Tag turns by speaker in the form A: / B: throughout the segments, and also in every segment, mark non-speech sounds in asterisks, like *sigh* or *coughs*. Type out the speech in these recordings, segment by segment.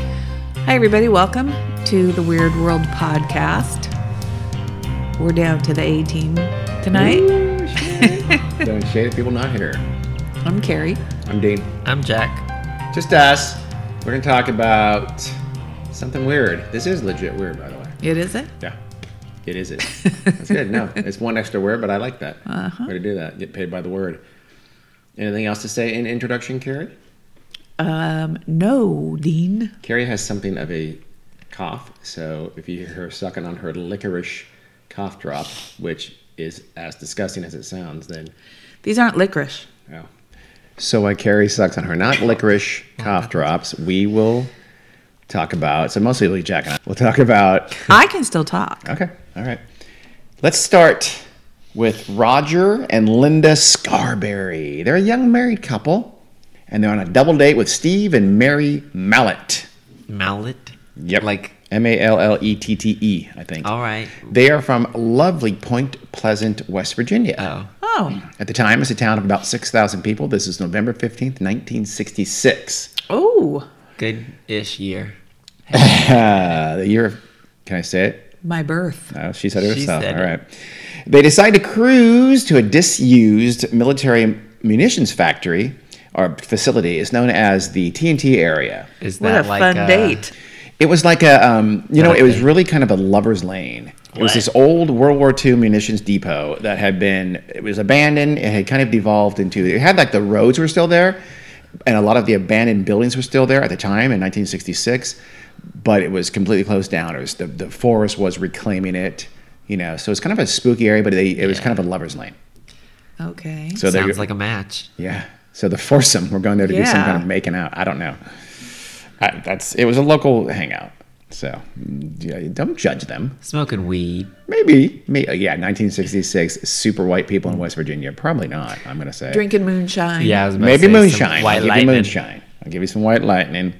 A: Hi, everybody. Welcome to the Weird World Podcast. We're down to the A team tonight.
B: *laughs* Ooh, shade. Don't shade people not here.
A: I'm Carrie.
B: I'm Dean.
C: I'm Jack.
B: Just us. We're gonna talk about something weird. This is legit weird, by the way.
A: It is it?
B: Yeah, it is. *laughs* It. That's good. No, it's one extra word, but I like that. Uh-huh. Way to do that. Get paid by the word. Anything else to say in introduction, Carrie?
A: Um, no, Dean.
B: Carrie has something of a cough, so if you hear her sucking on her licorice cough drop, which is as disgusting as it sounds, then
A: These aren't licorice.
B: Oh. So why Carrie sucks on her not licorice cough drops, we will talk about. So mostly Lee Jack and I. We'll talk about.
A: I can still talk.
B: Okay, all right. Let's start with Roger and Linda Scarberry. They're a young married couple, and they're on a double date with Steve and Mary Mallet.
C: Mallet.
B: Yep,
C: Like-
B: M A L L E T T E, I think.
C: All right.
B: They are from lovely Point Pleasant, West Virginia.
C: Oh.
A: Oh,
B: At the time, it's a town of about 6,000 people. This is November 15th, 1966.
A: oh,
C: Good ish year.
B: Uh, the year of, can I say it?
A: my birth.
B: No, she said it
C: She
B: herself.
C: said
B: All
C: it.
B: right. They decide to cruise to a disused military munitions factory or facility. It's known as the TNT area.
C: Is
A: What
C: that
A: a
C: like
A: fun
C: uh,
A: date.
B: It was like a, um, you know, it was
C: Okay.
B: really kind of a lover's lane. It was
C: What?
B: this old World War II munitions depot that had been, it was abandoned. It had kind of devolved into, it had like the roads were still there and a lot of the abandoned buildings were still there at the time in 1966, but it was completely closed down. It was, the, the forest was reclaiming it, you know, so it's kind of a spooky area, but they, it was kind of a lover's lane.
A: Okay.
B: So they-
C: sounds like a match.
B: yeah. So the foursome were going there to do some
A: Yeah.
B: kind of making out. I don't know. I, that's it was a local hangout. So yeah, don't judge them.
C: Smoking weed.
B: Maybe, may yeah, 1966, super white people in West Virginia. Probably not. I'm gonna say
A: Drinking moonshine.
C: Yeah. I was about to
B: maybe
C: say some
B: moonshine.
C: White
B: I'll give
C: lightning.
B: you moonshine. I'll give you some white lightning,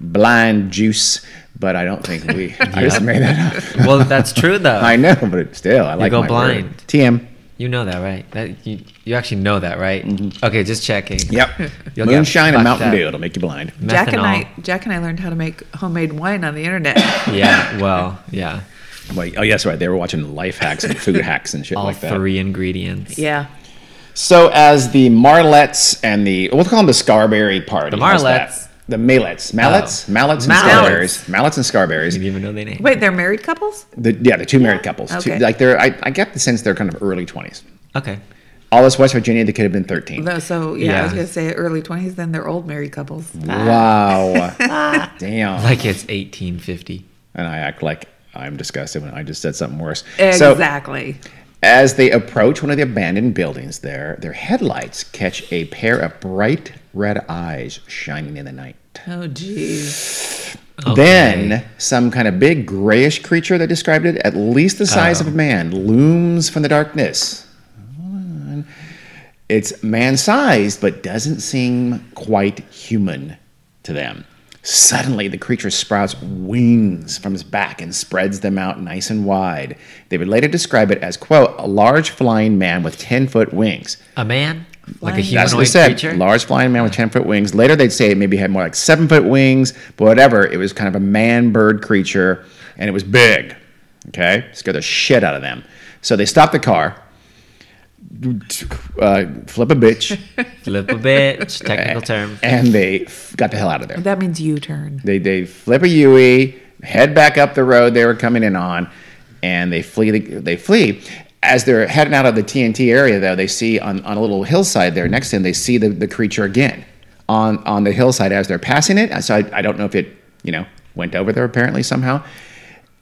B: blind juice. But I don't think
C: *laughs*
B: we. I just made that up.
C: well,
B: *laughs*
C: that's true though.
B: I know, but it, still, I like
C: go
B: my word.
C: blind.
B: TM.
C: you know that, right? That you, you actually know that, right?
B: Mm-hmm.
C: Okay, just checking.
B: Yep.
C: *laughs* You'll get
B: moonshine and
C: fucked
B: Mountain
C: up.
B: Dew. It'll make you blind.
A: Jack and I.
C: Methanol.
A: Jack and I learned how to make homemade wine on the internet.
C: Yeah. Well.
B: *laughs*
C: Yeah.
B: Wait, oh, yes, right. They were watching life hacks and
C: *laughs*
B: food hacks and shit
C: All
B: like that.
C: three ingredients.
A: *coughs* yeah.
B: So as the Marlets and the we'll call them the Scarberry party.
C: The
B: How's that?
C: Marlets.
B: The Malets. Mallets?
C: Oh.
B: Mallets and
C: Mallets.
B: Scarberries. Mallets and Scarberries.
C: Didn't even know they named.
A: Wait, they're married couples?
B: The, yeah, the two married couples. Two-
A: Okay.
B: like they're I, I get the sense they're kind of early twenties.
C: Okay.
B: All this West Virginia, they could have been thirteen.
A: No. So yeah, I was
C: Yeah.
A: gonna say early twenties. Then they're old married couples.
C: *laughs*
B: Wow. Damn.
C: Like it's 1850.
B: and I act like I'm disgusted when I just said something worse. So
A: Exactly.
B: as they approach one of the abandoned buildings there, their headlights catch a pair of bright red eyes shining in the night.
A: oh, geez.
B: Then some kind of big grayish creature that described it, at least the size of a man, looms from the darkness. It's man sized, but doesn't seem quite human to them. Suddenly, the creature sprouts wings from its back and spreads them out nice and wide. They would later describe it as, quote, a large flying man with 10 foot wings.
C: A man, like
A: Flying-
C: a
A: That's
B: That's what they
C: humanoid
B: said.
C: creature.
B: Large flying man with 10 foot wings. Later, they'd say it maybe had more like seven foot wings, but whatever. It was kind of a man bird creature and it was big. Okay? Scared the shit out of them. So they stopped the car, uh, flip a bitch,
C: Flip
B: *laughs*
C: a bitch. Technical term.
B: and they f- got the hell out of there.
A: That means U turn.
B: They, they flip a Yui, head back up the road they were coming in on, and they flee. The, they flee. As they're heading out of the TNT area, though, they see on, on a little hillside there next to them, they see the, the creature again on, on the hillside as they're passing it. So I, I don't know if it, you know, went over there apparently somehow.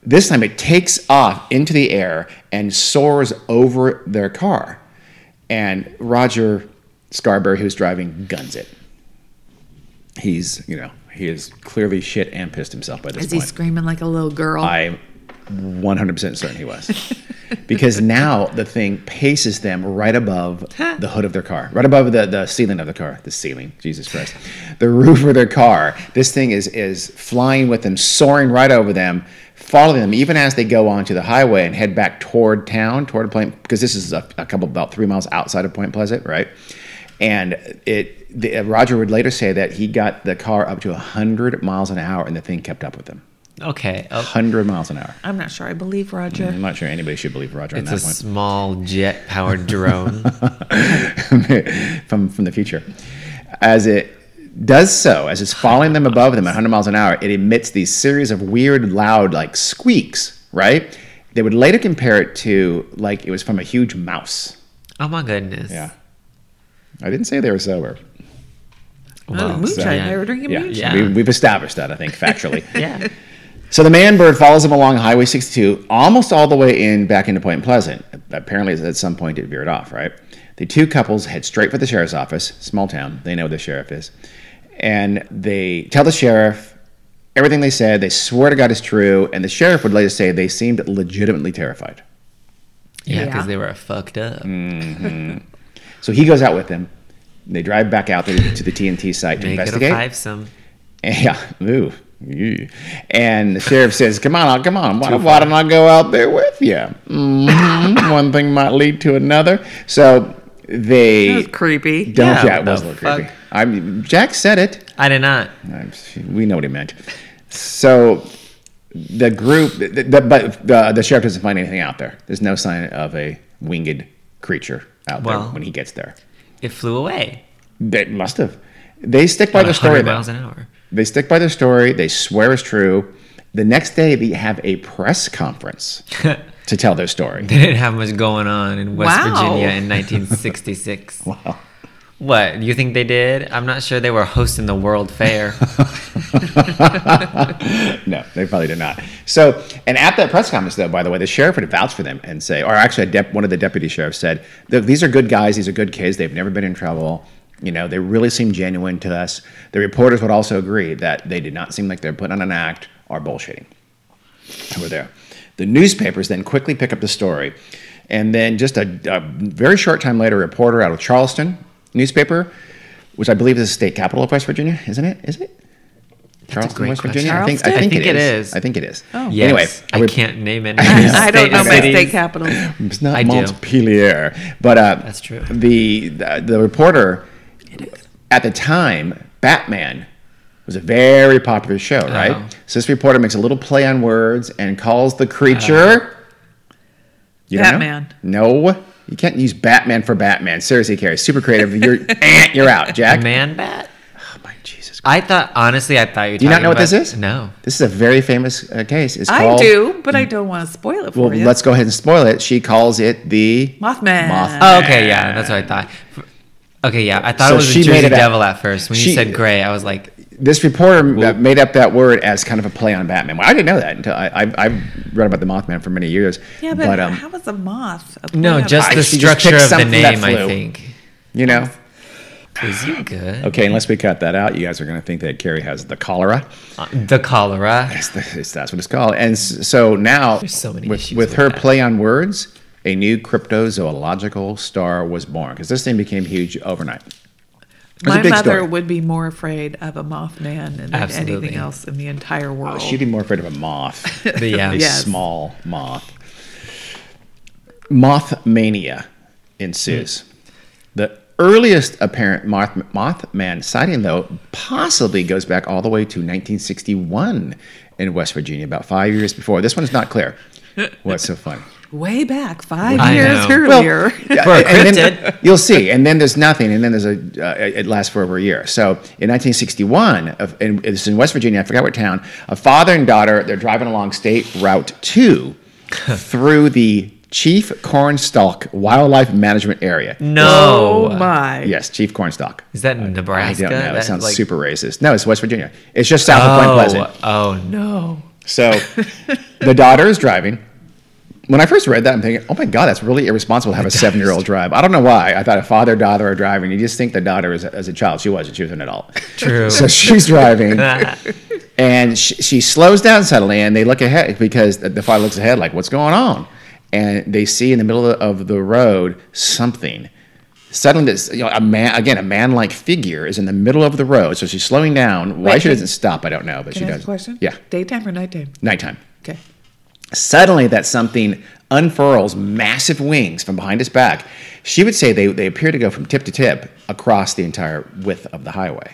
B: This time it takes off into the air and soars over their car. And Roger Scarberry, who's driving, guns it he's you know he is clearly shit and pissed himself by this
A: Is he
B: point.
A: screaming like a little girl?
B: I'm 100% certain he was because now the thing paces them right above the hood of their car, right above the, the ceiling of the car, the ceiling, Jesus Christ, the roof of their car. This thing is is flying with them, soaring right over them, following them even as they go onto the highway and head back toward town, toward Point because this is a, a couple about three miles outside of Point Pleasant, right? And it the, uh, Roger would later say that he got the car up to 100 miles an hour and the thing kept up with him.
C: Okay. Oh,
B: 100 miles an hour.
A: I'm not sure. I believe Roger.
B: I'm not sure anybody should believe Roger
C: it's
B: on
C: a
B: that one.
C: small jet
B: *laughs*
C: powered drone.
B: from from the future. As it does so, as it's following them above them at 100 miles an hour, it emits these series of weird, loud, like squeaks. Right? They would later compare it to like it was from a huge mouse.
C: oh my goodness.
B: Yeah. I didn't say they were sober.
A: Oh,
C: Wow.
A: moonshine.
C: Yeah.
A: They were drinking
B: Yeah,
A: moonshine.
C: Yeah.
B: We, we've established that I think factually.
C: *laughs* Yeah.
B: So the man bird follows him along Highway 62 almost all the way in back into Point Pleasant. Apparently, at some point, it veered off, right? The two couples head straight for the sheriff's office, small town. They know where the sheriff is. And they tell the sheriff everything they said. They swear to God is true. And the sheriff would later say they seemed legitimately terrified.
C: Yeah, because
A: Yeah.
C: they were fucked up.
B: Mm. So he goes out with them. They drive back out to the, to the TNT site to
C: Make it a
B: investigate.
C: fivesome.
B: And, *laughs* yeah. Ooh. yeah. And the sheriff says, "Come on, come on. Why, why don't I go out there with you? Mhm. One thing might lead to another." So
A: That
B: they
A: was creepy.
B: *laughs* don't.
C: Yeah,
B: Yeah, it was a
C: the
B: little creepy.
C: fuck?
B: I mean, Jack said it.
C: I did not.
B: I'm- We know what he meant. So the group, the, the, but uh, the, the sheriff doesn't find anything out there. There's no sign of a winged creature out
C: Well.
B: there when he gets there.
C: It flew away.
B: They must have. They stick by
C: At
B: their story
C: 100
B: though.
C: miles an hour. *laughs*
B: They stick by their story. They swear it's true. The next day, they have a press conference to tell their story.
C: They didn't have much going on in West
A: Wow.
C: Virginia
B: *laughs*
C: in 1966. What? You think they did? I'm not sure they were hosting the
B: *laughs*
C: World Fair.
B: no, they probably did not. So, and at that press conference, though, by the way, the sheriff would vouch for them and say, or actually, a dep- one of the deputy sheriffs said, "Look, "These are good guys. These are good kids. They've never been in trouble. You know, they really seem genuine to us." The reporters would also agree that they did not seem like they're putting on an act or bullshitting. over there. The newspapers then quickly pick up the story. And then just a, a very short time later, a reporter out of Charleston newspaper, which I believe is the state capital of West Virginia, isn't it? Is it? Charleston,
C: great
B: West
C: question.
B: Virginia? I think, I
A: Charleston?
B: think,
C: I think
B: it
C: it
B: is.
C: is.
B: I think it is. Oh.
C: Yes, I
B: anyway,
C: can't name
A: *laughs* *laughs*
C: it.
A: I don't know my
B: cities.
A: state capital.
B: it's not
C: I do.
B: Montpelier. But uh,
C: That's true.
B: The, the, the reporter at the time, Batman was a very popular show,
C: Oh.
B: right? So this reporter makes a little play on words and calls the
C: Uh-huh.
B: creature you don't know?
A: Batman.
B: No, you can't use Batman for Batman. Seriously, Carrie, super creative.
C: *laughs*
B: You're eh, you're out, Jack.
C: Man bat?
B: Oh my Jesus. Christ.
C: I thought, honestly, I thought you were
B: Do you not
C: talking
B: know what this
C: about-
B: is?
C: No.
B: This is a very famous uh, case. It's
A: I
B: called,
A: do, but I don't want to spoil it for
B: Well,
A: you.
B: let's go ahead and spoil it. She calls it the
A: Mothman.
B: Mothman.
C: Oh, okay, yeah, that's what I thought. F- Okay, yeah, I thought
B: So
C: it was
B: she
C: a Jersey
B: made it up.
C: Devil at first. When
B: She-
C: you said gray, I was like,
B: this reporter uh, made up that word as kind of a play on Batman. Well, I didn't know that until I, I, I've read about the Mothman for many years.
A: Yeah, but,
B: um,
A: how was a moth? A
C: no,
A: plant?
C: just
B: I-
C: the
B: she just picked
C: structure of the
B: something that
C: name, I
B: flew.
C: think.
B: you know,
C: Is you
B: *sighs*
C: good?
B: okay, unless we cut that out, you guys are going to think that Carrie has the cholera.
C: Uh, The cholera.
B: It's the, it's, that's what it's called. And s- so now,
C: There's so many
B: with,
C: issues
B: with
C: with
B: her
C: that.
B: play on words, a new cryptozoological star was born because this thing became huge overnight. It was
A: My
B: a big
A: mother
B: story.
A: would be more afraid of a Mothman than
C: Absolutely.
A: anything else in the
B: Oh,
A: entire world.
B: Uh, She'd be more afraid of a moth,
C: But yeah,
B: a
A: Yes.
B: small moth. Moth mania ensues. The earliest apparent moth, Mothman sighting, though, possibly goes back all the way to 1961 in West Virginia, about five years before. This one is not clear. What's so funny?
A: Way back five
C: I
A: years
C: know.
A: earlier.
B: Yeah,
C: For a
B: and
C: cryptid.
B: then, you'll see, and then there's nothing, and then there's a. Uh, it it lasts for over a year. So in 1961, of, in, this is in West Virginia. I forgot what town. A father and daughter. They're driving along State Route
C: *laughs*
B: Two through the Chief Cornstalk Wildlife Management Area.
C: no.
A: *laughs* oh my.
B: Yes, Chief Cornstalk.
C: Mm. Is that
B: I
C: Nebraska?
B: don't know. That
C: That's
B: sounds
C: like-
B: super racist. No, it's West Virginia. It's just south of Point Pleasant.
C: Oh, oh no.
A: *laughs*
B: So the daughter is driving. When I first read that, I'm thinking, oh my God, that's really irresponsible to have a seven year old drive. I don't know why. I thought a father, daughter are driving. You just think the daughter is as a child. She wasn't, she was an adult.
A: *laughs*
C: True.
B: So she's driving
C: Ah,
B: and she, she slows down suddenly and they look ahead because the, the father looks ahead, like, what's going on? And they see in the middle of the, of the road something. Suddenly, this, you know, a man again, a man-like figure is in the middle of the road. So she's slowing down. Why
A: Wait,
B: she
A: can-
B: doesn't stop, I don't know, but she
A: Can I
B: does.
A: ask a question?
B: Yeah,
A: Daytime or nighttime?
B: nighttime.
A: Okay.
B: Suddenly, that something unfurls massive wings from behind his back. She would say they, they appear to go from tip to tip across the entire width of the highway,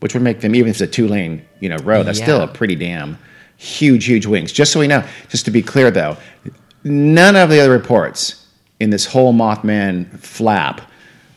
B: which would make them, even if it's a two lane you know, road, that's still
C: Yeah.
B: a pretty damn huge, huge wings. Just so we know, just to be clear though, none of the other reports in this whole Mothman flap,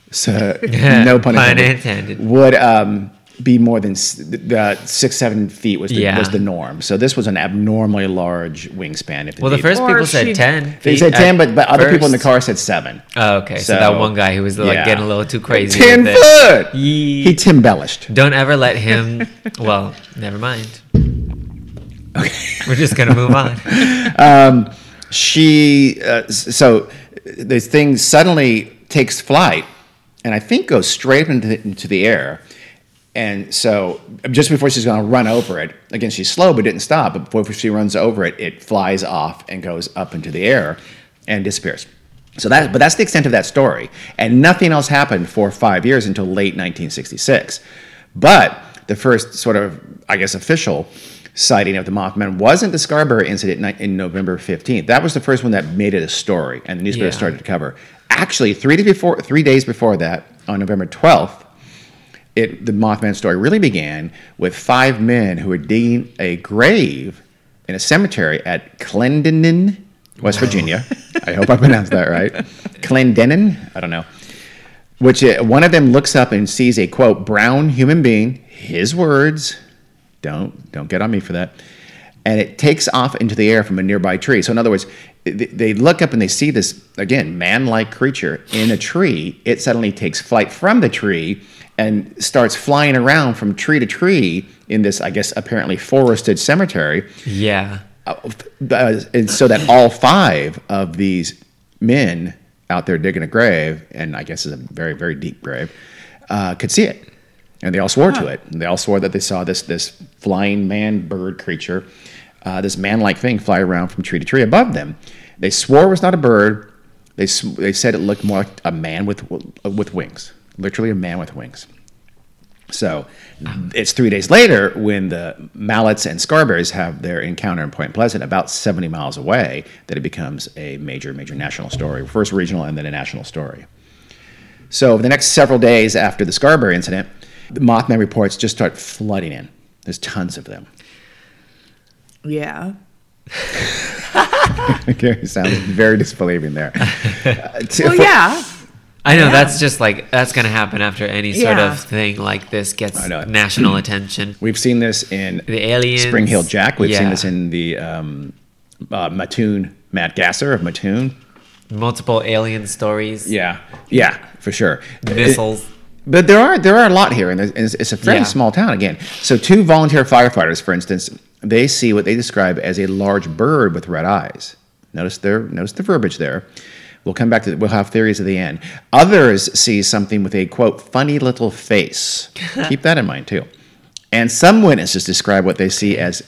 B: so
C: *laughs*
B: no pun
C: Pun
B: intended,
C: intended.
B: would um, be more than s- the six, seven feet was the,
C: Yeah.
B: was the norm. So this was an abnormally large wingspan. If
C: Well, the
B: indeed-
C: first
A: Or
C: people said
A: she-
C: 10.
B: they
C: feet
B: said
C: at
B: ten, but, but other people in the
C: first.
B: car said seven.
C: Oh, okay. So, that
B: So,
C: one guy who was like
B: yeah.
C: getting a little too crazy.
B: ten
C: with it.
B: foot.
C: Yee.
B: He Tim bellished.
C: Don't ever let him. well,
B: *laughs*
C: never mind. We're just gonna move on.
B: She uh, s- so the thing suddenly takes flight, and I think goes straight up into the, into the air. And so, just before she's going to run over it, again, she's slow but didn't stop. But before she runs over it, it flies off and goes up into the air and disappears. So that, but that's the extent of that story. And nothing else happened for five years until late 1966. But the first sort of, I guess, official sighting of the Mothman wasn't the Scarborough incident ni- in November 15th. That was the first one that made it a story, and the newspaper
C: Yeah.
B: started to cover. Actually, three days before, three days before that, on November 12th, it, the Mothman story really began with five men who were digging a grave in a cemetery at Clendenin, West Virginia. I hope I pronounced that right. Clendenin? I don't know. Which uh, one of them looks up and sees a quote brown human being. His words. Don't don't get on me for that. And it takes off into the air from a nearby tree. So in other words, th- they look up and they see this again man-like creature in a tree. It suddenly takes flight from the tree and starts flying around from tree to tree in this, I guess, apparently forested cemetery
C: Yeah.
B: uh, and so that all five of these men out there digging a grave, and I guess it's a very, very deep grave, uh, could see it. And they all swore to it. And they all swore that they saw this this flying man bird creature, uh, this man like thing fly around from tree to tree above them. They swore it was not a bird. They, sw- they said it looked more like a man with, with wings, literally a man with wings. So it's three days later when the Mallets and Scarberries have their encounter in Point Pleasant, about 70 miles away, that it becomes a major, major national story. First regional and then a national story. So over the next several days after the Scarberry incident, the Mothman reports just start flooding in. There's tons of them. *laughs*
A: Yeah.
B: Okay, sounds very disbelieving
C: *laughs*
B: there. Uh, to-
A: Well,
B: for-
A: yeah.
C: I know that's just like that's gonna happen after any sort
A: Yeah.
C: of thing like this gets
B: know. *clears throat*
C: national attention.
B: We've seen this in
C: The aliens.
B: Spring Hill Jack. We've seen
C: yeah.
B: this in the um, uh, Mattoon, Matt Gasser of Mattoon.
C: multiple alien stories.
B: Yeah, yeah, for sure.
C: Missiles.
B: *laughs* But there are there are a lot here, and there's- it's, it's a fairly
C: Yeah.
B: small town again. So two volunteer firefighters, for instance, they see what they describe as a large bird with red eyes. Notice there, notice the verbiage there. We'll come back to. We'll have theories at the end. Others see something with a quote funny little
C: *laughs*
B: face. Keep that in mind too. And some witnesses describe what they see as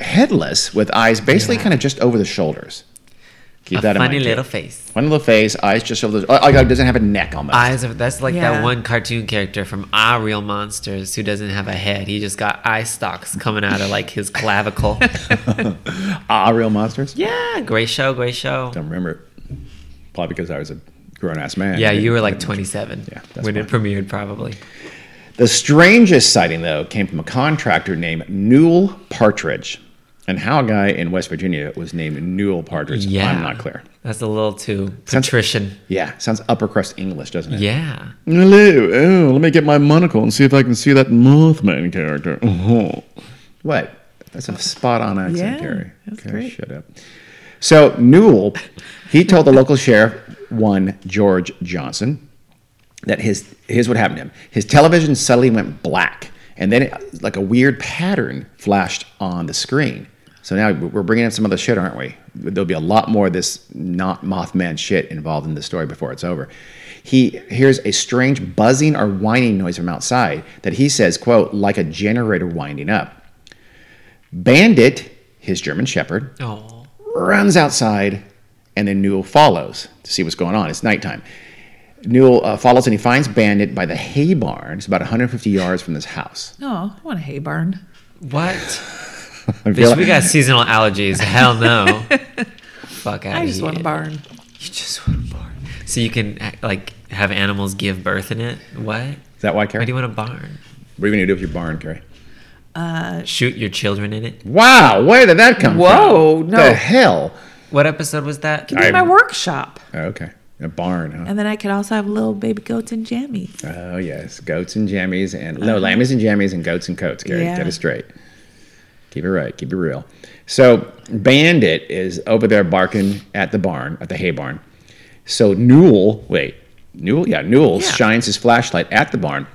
B: headless, with eyes basically kind of just over the shoulders. Keep
C: a
B: that in mind.
C: funny
B: too.
C: little face.
B: Funny little face, eyes just over the. Oh, it doesn't have a neck almost.
C: Eyes of that's like
A: Yeah.
C: that one cartoon character from Our Real Monsters who doesn't have a head. He just got eye stalks coming out of like
B: *laughs*
C: his clavicle.
B: Ah, real monsters.
C: yeah, great show, great show.
B: don't remember. Probably because I was a grown ass man.
C: Yeah, you were like 27
B: Yeah, that's
C: when it premiered, probably.
B: The strangest sighting, though, came from a contractor named Newell Partridge. And how a guy in West Virginia was named Newell Partridge,
C: Yeah,
B: I'm not clear.
C: That's a little too
B: Sounds-
C: patrician.
B: Yeah, sounds upper crust English, doesn't it?
C: Yeah,
D: Hello. Oh, let me get my monocle and see if I can see that Mothman character. Oh.
B: *laughs* What? That's a spot on accent,
A: Yeah,
B: Gary.
A: that's
B: Okay,
A: great.
B: Shut up. So Newell, he told the local sheriff, one George Johnson, that his here's what happened to him. His television suddenly went black, and then it, like a weird pattern flashed on the screen. So now we're bringing up some other shit, aren't we? There'll be a lot more of this not Mothman shit involved in the story before it's over. He hears a strange buzzing or whining noise from outside that he says, quote, like a generator winding up. Bandit, his German shepherd,
C: Oh,
B: runs outside, and then Newell follows to see what's going on. It's nighttime. Newell uh, follows and he finds Bandit by the hay barn. It's about 150 yards from this house.
A: No, Oh, I want a hay barn.
B: *laughs*
C: what?
B: I
C: Bitch,
B: feel
C: we
B: like-
C: got seasonal
B: *laughs*
C: allergies. Hell no. Fuck out
A: I
C: of
A: just
C: here.
A: want a barn.
C: You just want a barn. so you can like have animals give birth in it. What?
B: Is that why,
C: Why
B: Carrie?
C: do you want a barn?
B: what are you going to do with your barn, Carrie?
C: Shoot your children in it.
B: Wow, where did that come from?
A: Whoa, no.
B: The hell?
C: What episode was that?
A: Give me my
B: I'm-
A: workshop.
B: Oh, okay. A barn, huh?
A: And then I could also have little baby goats and jammies.
B: Oh, yes. Goats and jammies and no, lammies and jammies and goats and coats, Gary.
A: Yeah.
B: Get it straight. Keep it right. Keep it real. So, Bandit is over there barking at the barn, at the hay barn. So, Newell, wait, Newell, yeah, Newell
C: Yeah.
B: shines his flashlight at the barn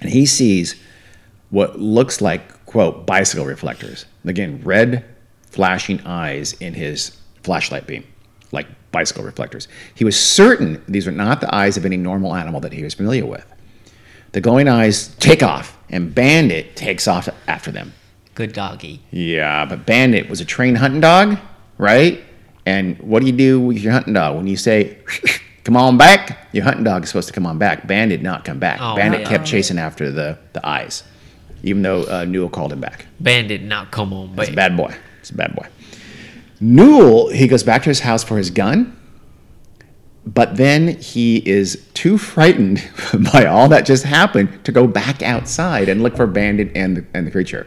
B: and he sees what looks like, quote, bicycle reflectors. Again, red flashing eyes in his flashlight beam, like bicycle reflectors. He was certain these were not the eyes of any normal animal that he was familiar with. The glowing eyes take off, and Bandit takes off after them.
C: Good doggy.
B: Yeah, but Bandit was a trained hunting dog, right? And what do you do with your hunting dog? When you say, *laughs* come on back, your hunting dog is supposed to come on back. Bandit did not come back.
C: Oh,
B: Bandit
C: yeah.
B: kept chasing after the, the eyes, even though uh, Newell called him back.
C: Bandit, not come on,
B: It's
C: babe.
B: a bad boy. It's a bad boy. Newell, he goes back to his house for his gun, but then he is too frightened *laughs* by all that just happened to go back outside and look for Bandit and the, and the creature.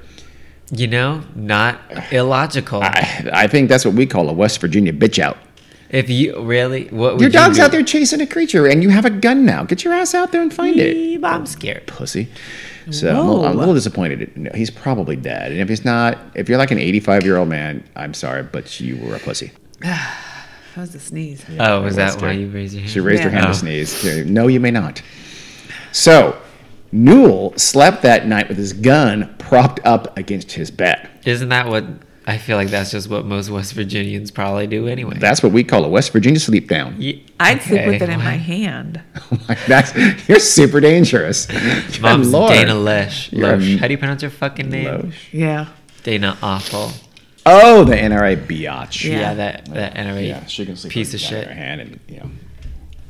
C: You know, not illogical.
B: I, I think that's what we call a West Virginia bitch out.
C: if you really, what would
B: Your
C: you
B: dog's
C: do?
B: out there chasing a creature, and you have a gun now. Get your ass out there and find it.
C: Eep, I'm scared.
B: pussy. So I'm a, little, I'm a little disappointed. No, he's probably dead. And if he's not, if you're like an 85 year old man, I'm sorry, but you were a pussy.
A: That was a sneeze.
C: Oh, was that
B: was
C: why
B: good.
C: you raised your hand?
B: She raised her
A: Yeah.
B: hand
C: Oh.
B: to sneeze. No, you may not. So Newell slept that night with his gun propped up against his bed.
C: Isn't that what? I feel like that's just what most West Virginians probably do anyway.
B: That's what we call a West Virginia sleep down. *laughs*
C: Ye-
A: I'd sleep with
C: okay.
A: it in my hand.
B: That's you're super dangerous. Good
C: *laughs* Mom's
B: Lord.
C: Dana Lesh.
B: You're a-
C: Lesh. How do you pronounce your fucking name?
B: Loesch.
A: Yeah.
C: Dana Awful.
B: Oh, the NRA biatch.
C: Yeah,
A: Yeah.
C: that that NRA
B: Yeah, she can sleep
C: piece of
B: with the gun in
C: shit.
B: Her hand and you know,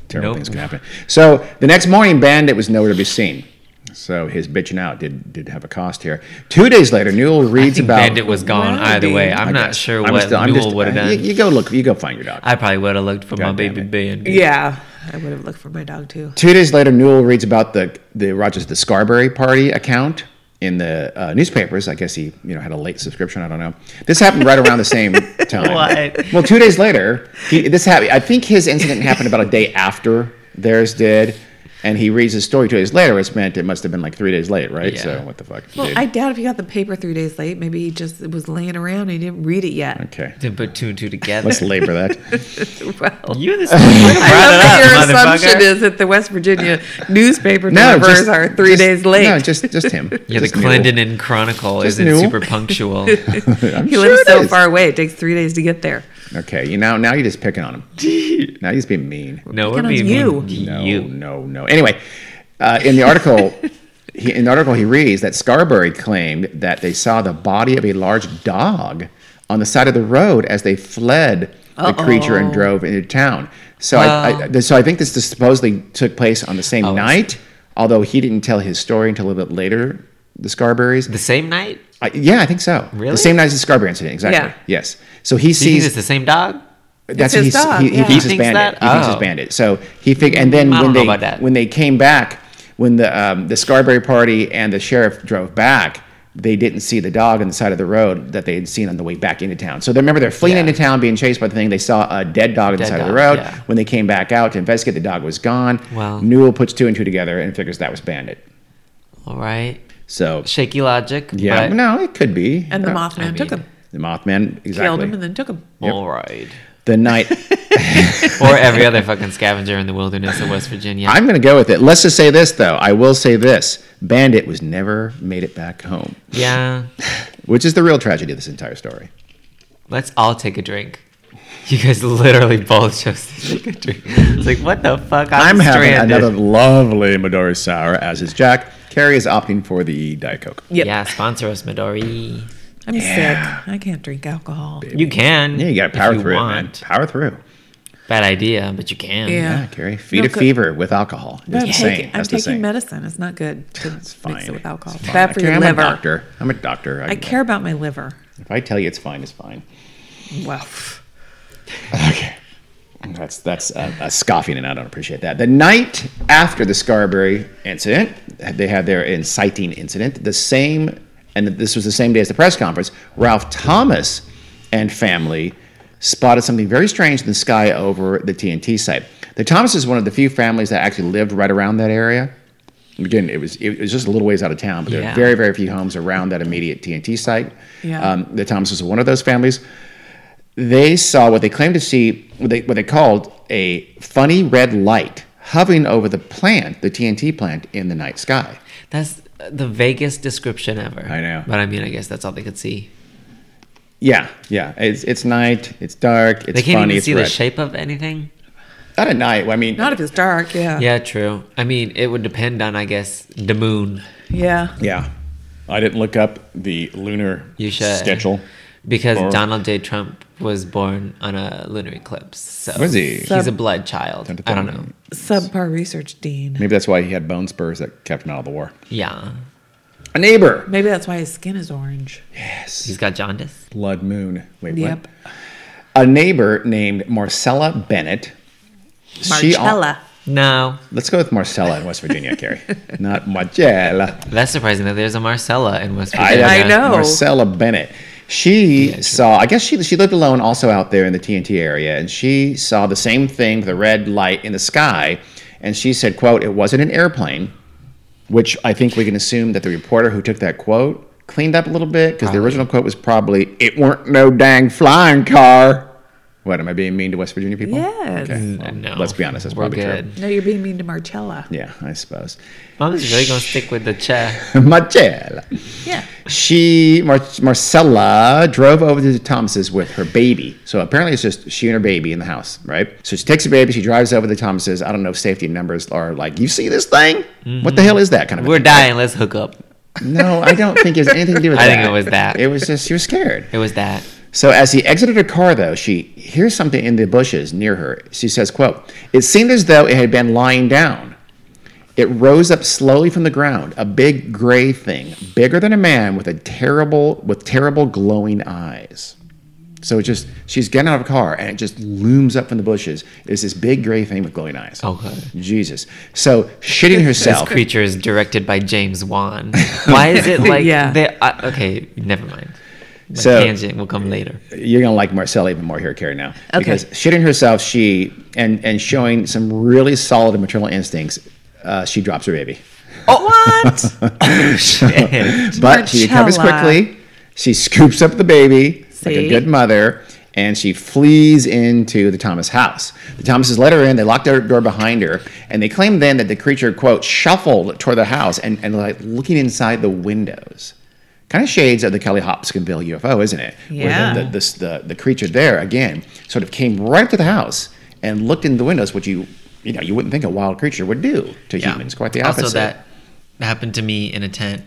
B: terrible
C: Nope.
B: things can happen. So the next morning, Bandit was nowhere to be seen. So his bitching out did did have a cost here. Two days later, Newell
C: I
B: reads
C: think
B: about
C: Bandit was gone
A: Wow,
C: either way.
A: dude.
C: I'm
B: I
C: not
B: guess.
C: sure
B: I'm
C: what
B: still- I'm
C: Newell
B: just- uh,
C: would have
B: you-
C: done.
B: You go look. You go find your dog.
C: I probably would have looked for my
B: God damn
C: baby
B: it.
C: Bandit.
A: Yeah. I would have looked for my dog too.
B: Two days later, Newell reads about the the Rogers the Scarberry Party account in the uh, newspapers. I guess he you know had a late subscription. I don't know. This happened right around the
C: *laughs*
B: same time.
C: What?
B: Well, two days later, he, this happened. I think his incident happened about a day after theirs did, and he reads his story two days later. It's meant it must have been like three days late, right?
C: Yeah.
B: So what the fuck?
A: Well,
B: dude?
A: I doubt if he got the paper three days late. Maybe he just was laying around and he didn't read it yet.
B: okay.
C: Didn't put two and two together.
B: Let's labor that.
A: *laughs* Well,
C: *laughs* you
B: *laughs*
C: this fucking
A: I love
C: brought it
A: that your
C: up,
A: assumption
C: motherfucker.
A: is that the West Virginia newspaper delivers
B: just-
A: are three
B: just-
A: days late.
B: No, just just him.
C: *laughs* Yeah, the
B: Just Newell.
C: Clendon Chronicle
B: Just
C: isn't
B: Newell.
C: super punctual.
B: *laughs* I'm
A: he
B: sure
A: lives
B: it
A: so
B: is.
A: far away; it takes three days to get there.
B: Okay, you now now you're just picking on him.
C: *laughs*
B: now he's being mean.
C: no,
A: Picking
C: it'd
A: on
C: be
A: you.
C: mean to
B: No,
C: you.
B: no, no. Anyway, uh, in the article, *laughs* he, in the article he reads that Scarberry claimed that they saw the body of a large dog on the side of the road as they fled the creature and drove into town. So I, I so I think this supposedly took place on the same
C: I see.
B: night, although he didn't tell his story until a little bit later. The Scarberries,
C: The same night?
B: I, yeah, I think so.
C: Really?
B: the same night as the Scarberry incident, exactly.
A: Yeah.
B: Yes. So he
C: Do you think
B: sees
C: it's the same dog?
B: that's
A: It's his
B: what
A: dog,
B: he's, he, he
A: yeah.
B: thinks
C: He
B: it's
C: thinks
B: bandit.
C: that?
B: He thinks
C: Oh.
B: it's bandit. So he fig- and then
C: I
B: when
C: don't know
B: they
C: about that.
B: when they came back, when the um, the Scarberry party and the sheriff drove back, they didn't see the dog on the side of the road that they had seen on the way back into town. So they remember they're fleeing
C: Yeah.
B: into town, being chased by the thing. They saw a dead dog on the
C: Dead
B: side of the
C: dog,
B: road.
C: yeah.
B: When they came back out to investigate, the dog was gone.
C: Wow.
B: Newell puts two and two together and figures that was bandit.
C: All right.
B: So
C: Shaky logic.
B: yeah,
C: but-
B: no, it could be.
A: And the
B: No.
A: Mothman
C: I
A: took
C: mean,
A: him,
B: The Mothman,
A: killed
B: exactly.
A: him, and then took him.
C: All right.
B: the night. *laughs*
C: or every other fucking scavenger in the wilderness of West Virginia.
B: I'm going to go with it. Let's just say this, though. I will say this Bandit was never made it back home,
C: yeah.
B: which is the real tragedy of this entire story.
C: Let's all take a drink. You guys literally both chose to take a drink. It's like, what the fuck?
B: I'm having
C: stranded.
B: another lovely Midori Sour, as is Jack. Carrie is opting for the Diet Coke.
A: Yep.
C: Yeah, sponsor us, Midori.
A: I'm sick. I can't drink alcohol.
C: You can.
B: Yeah, you got to
C: if
B: power
C: you
B: through it, man.
C: want.
B: Power through.
C: Bad idea, but you can.
A: Yeah.
B: Yeah, Carrie. Feed
A: No,
B: a
A: co-
B: fever with alcohol. It's the
A: I'm
B: same.
A: taking, I'm
B: That's the
A: taking
B: same.
A: medicine. It's not good to
B: It's
A: mix
B: fine.
A: it with alcohol.
B: It's fine.
A: Bad for
B: Carrie,
A: your
B: I'm
A: liver.
B: a doctor. I'm a doctor.
A: I care about my liver.
B: If I tell you it's fine, it's fine.
A: Well,
B: Okay. That's that's uh, uh, scoffing, and I don't appreciate that. The night after the Scarberry incident, they had their inciting incident. The same, and this was the same day as the press conference. Ralph Thomas and family spotted something very strange in the sky over the TNT site. The Thomas is one of the few families that actually lived right around that area. Again, it was it was just a little ways out of town, but there
A: Yeah.
B: are very very few homes around that immediate TNT site.
A: Yeah.
B: Um, the Thomas was one of those families they saw what they claimed to see, what they, what they called a funny red light hovering over the plant, the TNT plant, in the night sky.
C: That's the vaguest description ever.
B: I know.
C: But I mean, I guess that's all they could see.
B: Yeah, yeah. It's, it's night, it's dark, it's
C: They can't
B: funny,
C: even
B: it's
C: see
B: red.
C: the shape of anything.
B: Not at night. I mean,
A: Not if it's dark, yeah.
C: Yeah, true. I mean, it would depend on, I guess, the moon.
A: Yeah.
B: yeah.
D: I didn't look up the lunar
C: You should.
D: schedule.
C: Because
D: Or-
C: Donald J. Trump was born on a lunar eclipse. So
B: Was he?
C: He's a blood child. I don't know.
A: Subpar research dean.
B: Maybe that's why he had bone spurs that kept him out of the war.
C: Yeah.
B: A neighbor.
A: Maybe that's why his skin is orange.
C: He's got jaundice.
B: Blood moon. Wait, what?
A: Yep.
B: A neighbor named Marcella Bennett. She al-
A: Marcella.
C: No.
B: Let's go with Marcella in West Virginia, Carrie. Not Marcella.
C: That's surprising that there's a Marcella in West Virginia.
A: I know.
B: Marcella Bennett. She saw. I guess she she lived alone also out there in the TNT area, and she saw the same thing, the red light in the sky, and she said, "quote It wasn't an airplane," which I think we can assume that the reporter who took that quote cleaned up a little bit because
A: Oh.
B: the original quote was probably, "It weren't no dang flying car." What am I being mean to West Virginia people?
A: Yes. Mm,
C: No.
B: Let's be honest, that's
C: We're
B: probably true.
A: No, you're being mean to Marcella.
B: Yeah, I suppose. *laughs*
C: Mom's really going to stick with the chair.
B: Marcella.
A: Yeah.
B: she Mar- Marcella drove over to Thomas's with her baby. So apparently it's just she and her baby in the house, right? So she takes the baby, she drives over to Thomas's. I don't know if safety numbers are like, you see this thing? What the hell is that kind of? a
C: Mm-hmm. We're
B: thing?"
C: dying. Let's hook up.
B: No, I don't think it was anything to do with
C: *laughs* I
B: that.
C: think it was that.
B: It was just she was scared.
C: It was that.
B: So as he exited her car, though, she hears something in the bushes near her. She says, quote, It seemed as though it had been lying down. It rose up slowly from the ground, a big gray thing, bigger than a man with a terrible with terrible glowing eyes. So it just she's getting out of a car and it just looms up from the bushes. It's this big gray thing with glowing eyes.
C: Okay.
B: Jesus. So shitting
C: This
B: herself.
C: Oh, creature is directed by James
B: *laughs*
C: Wan. Why is it
A: *laughs*
C: like
A: Yeah.
C: they? I okay, never mind. My
B: So-
C: tangent will
B: *laughs*
C: come later.
B: you're gonna like Marcella even more here, Carrie. Now,
A: Okay.
B: because shitting herself, she and and showing some really solid maternal instincts, uh, she drops her baby.
A: Oh,
B: *laughs*
A: what?
B: but she recovers
A: Marcella.
B: quickly. She *laughs* scoops up the baby like
A: See?
B: a good mother, and she flees into the Thomas house. The Thomases let her in. They locked their door behind her, and they claim then that the creature quote shuffled toward the house and and like looking inside the windows. Kind of shades of the Kelly Hopkinsville UFO, isn't it?
A: Yeah.
B: Where the, the, this, the, the creature there again sort of came right up to the house and looked in the windows, which you you know you wouldn't think a wild creature would do to humans. Quite the opposite.
C: Also, that happened to me in a tent.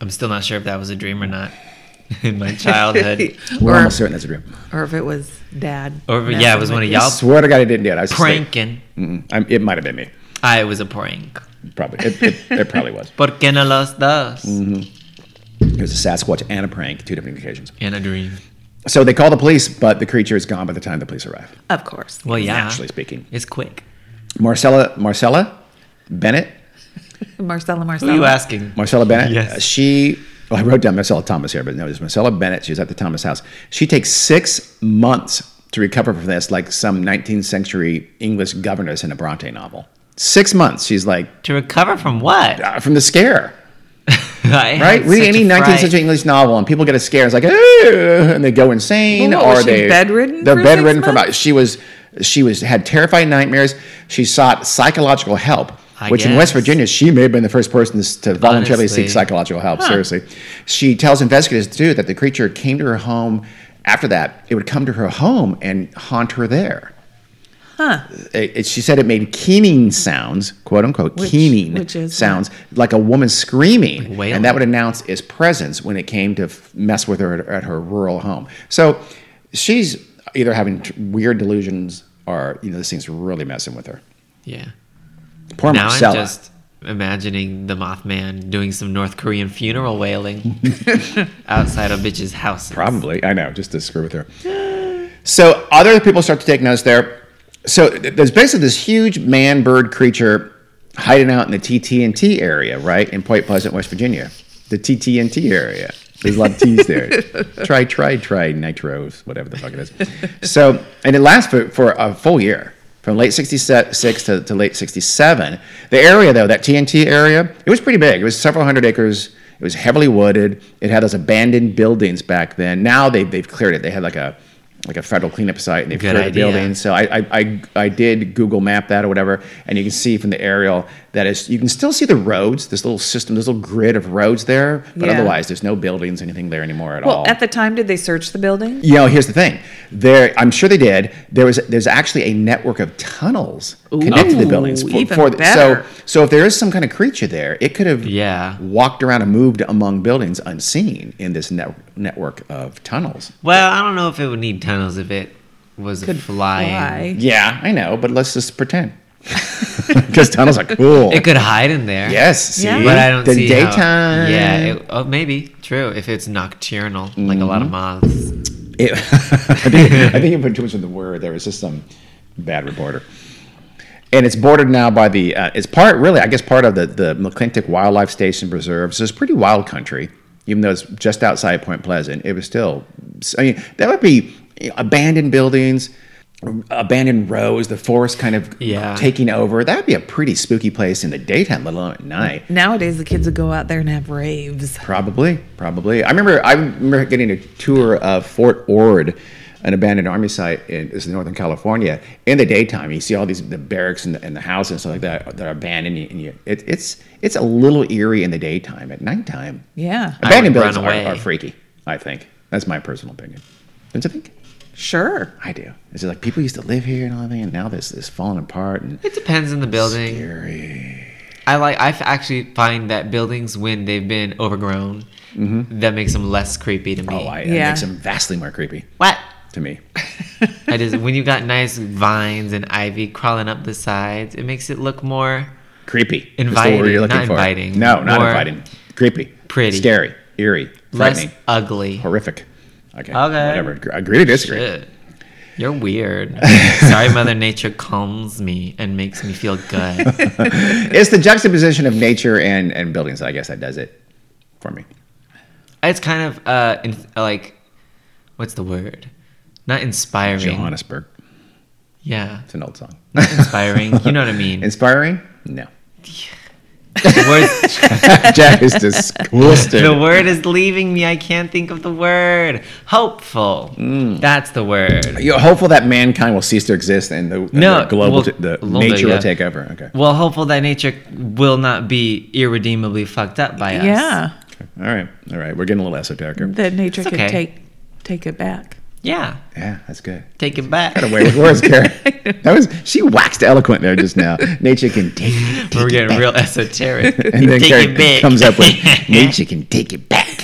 C: I'm still not sure if that was a dream or not. *laughs* In my childhood,
B: *laughs* We're
A: Or-
B: almost certain that's a dream.
A: or if it was dad.
C: or yeah, it was one of y'all
B: Swear to God, I didn't do it. I was Just
C: pranking.
B: like, I'm, it might have been me.
C: I was a prank.
B: Probably. It, it, it probably was.
C: Por qué no los dos?
B: Mm-hmm. It was a Sasquatch and a prank, two different occasions.
C: In a dream.
B: So they call the police, but the creature is gone by the time the police arrive.
A: Of course.
C: Well, yeah.
B: Actually speaking,
C: it's quick.
B: Marcella, Marcella, Bennett,
A: Marcella,
C: Who
A: Marcella.
C: are you asking?
B: Marcella Bennett.
C: Yes.
B: uh, She. Well, I wrote down Marcella Thomas here, but no, it's Marcella Bennett. She was at the Thomas house. She takes six months to recover from this, like some 19th century English governess in a Bronte novel. Six months. She's like
C: To recover from what?
B: uh, from the scare.
C: *laughs* I had
B: right? Read
C: such
B: any
C: a
B: 19th
C: fright.
B: century English novel, and people get a scare. It's like, "Ugh," and they go insane,
A: Well, what,
B: or
A: was she
B: they
A: bedridden
B: They're
A: for six
B: bedridden for about.
A: months?
B: She was, she was had terrifying nightmares. She sought psychological help,
C: I
B: which in West
C: guess.
B: Virginia she may have been the first person to, to voluntarily
C: Honestly.
B: seek psychological help. Seriously, she tells investigators too that the creature came to her home. After that, it would come to her home and haunt her there.
A: Huh.
B: It, it- she said it made keening sounds, quote unquote,
A: Which-
B: keening
A: which is what?
B: sounds, like a woman screaming,
C: Like wailing.
B: and that would announce its presence when it came to f- mess with her at, at her rural home. So she's either having t- weird delusions or you know this thing's really messing with her.
C: Yeah.
B: Poor
C: Now
B: Marcella.
C: I'm just imagining the Mothman doing some North Korean
B: *laughs*
C: funeral wailing outside a bitch's house.
B: Probably, I know, just to screw with her. so other people start to take notice there. so th- there's basically this huge man bird creature hiding out in the TTNT area, right? In Point Pleasant, West Virginia. The TTNT area. There's a lot of T's there. try, try, try nitros, whatever the fuck it is. So, and it lasts for, for a full year. From late 66 to, to late 67. The area, though, that TNT area, it was pretty big. It was several hundred acres. It was heavily wooded. It had those abandoned buildings back then. Now they've, they've cleared it. They had like a like a federal cleanup site and they've
C: Good
B: cleared the
C: idea.
B: buildings. So I, I, I, I did Google map that or whatever, and you can see from the aerial that is you can still see the roads, this little system, this little grid of roads there, but
A: Yeah.
B: otherwise there's no buildings, anything there anymore at
A: Well,
B: all.
A: at the time, did they search the building?
B: you know, here's the thing. There, I'm sure they did. There was there's actually a network of tunnels connected to the buildings.
A: Ooh, even
B: the-
A: better.
B: So, so if there is some kind of creature there, it could have
C: Yeah.
B: walked around and moved among buildings unseen in this net, network of tunnels.
C: Well, I don't know if it would need tunnels if it was flying.
A: Why?
B: Yeah, I know, but let's just *laughs* pretend. Because tunnels are cool.
C: It could hide in there.
B: yes, see?
A: Yeah.
C: But I don't
B: the
C: see how-
B: daytime.
C: yeah. It, oh, maybe true. If it's nocturnal, like a lot of
B: Mm-hmm.
C: moths.
B: It- *laughs* I, think, I think you put too much in the word. There was just some bad reporter. And it's bordered now by the, uh, it's part, really, I guess part of the, the McClintock Wildlife Station Preserve. So it's pretty wild country, even though it's just outside Point Pleasant. It was still, I mean, that would be abandoned buildings, abandoned rows, the forest kind of
C: Yeah.
B: taking over. That'd be a pretty spooky place in the daytime, let alone at night.
A: Nowadays, the kids would go out there and have raves.
B: Probably, probably. I remember, I remember getting a tour of Fort Ord, an abandoned army site in, this is Northern California, in the daytime. You see all these the barracks and the, and the houses and stuff like that that are abandoned. And you, and you- it, it's it's a little eerie in the daytime. At nighttime,
A: Yeah,
C: would
B: abandoned
C: run
B: buildings are,
C: away.
B: are freaky. I think that's my personal opinion. Don't you think?
A: sure.
B: I do. It's just like people used to live here and all that, and now this is falling apart. And
C: It depends on the building. I like. I f- actually find that buildings when they've been overgrown, that makes them less creepy to me.
B: Mm-hmm. oh, I, it
A: Yeah.
B: makes them vastly more creepy
C: what?
B: to me.
C: I just when you got nice vines and ivy crawling up the sides, it makes it look more
B: creepy. That's the
C: Inviting,
B: word
C: not inviting.
B: No, not
C: More
B: inviting. Creepy.
C: pretty.
B: Scary. Eerie.
C: less
B: Frightening.
C: ugly.
B: Horrific. Okay.
C: Okay.
B: Whatever. Gr- Agree to disagree.
C: Shit.
B: *laughs*
C: You're weird. Sorry, Mother Nature calms me and makes me feel good.
B: It's the juxtaposition of nature and, and buildings. I guess that does it for me.
C: it's kind of uh, in, like, what's the word? Not inspiring.
B: Johannesburg.
C: Yeah,
B: It's an old song.
C: inspiring. *laughs* you know what
B: *laughs*
C: I mean.
B: Inspiring?
C: *laughs*
B: No.
C: The
B: *laughs*
C: word,
B: Jack is disgusted.
C: the word is leaving me. I can't think of the word. Hopeful.
B: Mm.
C: That's the word.
B: You're hopeful that mankind will cease to exist and the, and
C: No,
B: the global
C: well,
B: t- the
C: a little
B: nature
C: bit, yeah.
B: will take over. Okay.
C: Well, hopeful that nature will not be irredeemably fucked up by us.
A: Yeah,
B: All right. All right. We're getting a little esoteric. here.
A: that nature
C: It's
A: could
C: okay.
A: take take it back.
C: Yeah.
B: Yeah, that's good.
C: Take it back.
B: Got away with words, Karen. That was she waxed eloquent there just now. Nature can take it.
C: *laughs*
B: take
C: We're
B: it
C: getting
B: back. *laughs*
C: real esoteric.
B: And then
C: Take
B: Karen
C: it back.
B: *laughs* comes up
C: *laughs*
B: with nature can take it back.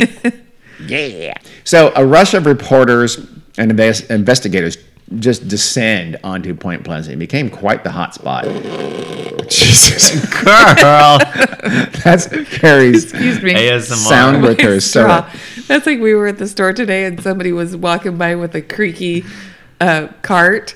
B: yeah. So a rush of reporters and inves- investigators just descend onto Point Pleasant. It became quite the hot spot. *laughs* Jesus,
C: girl.
B: that's Carrie's
A: Excuse me. *laughs*
C: ASMR.
B: sound with her soda.
A: That's like we were at the store today and somebody was walking by with a creaky uh, cart.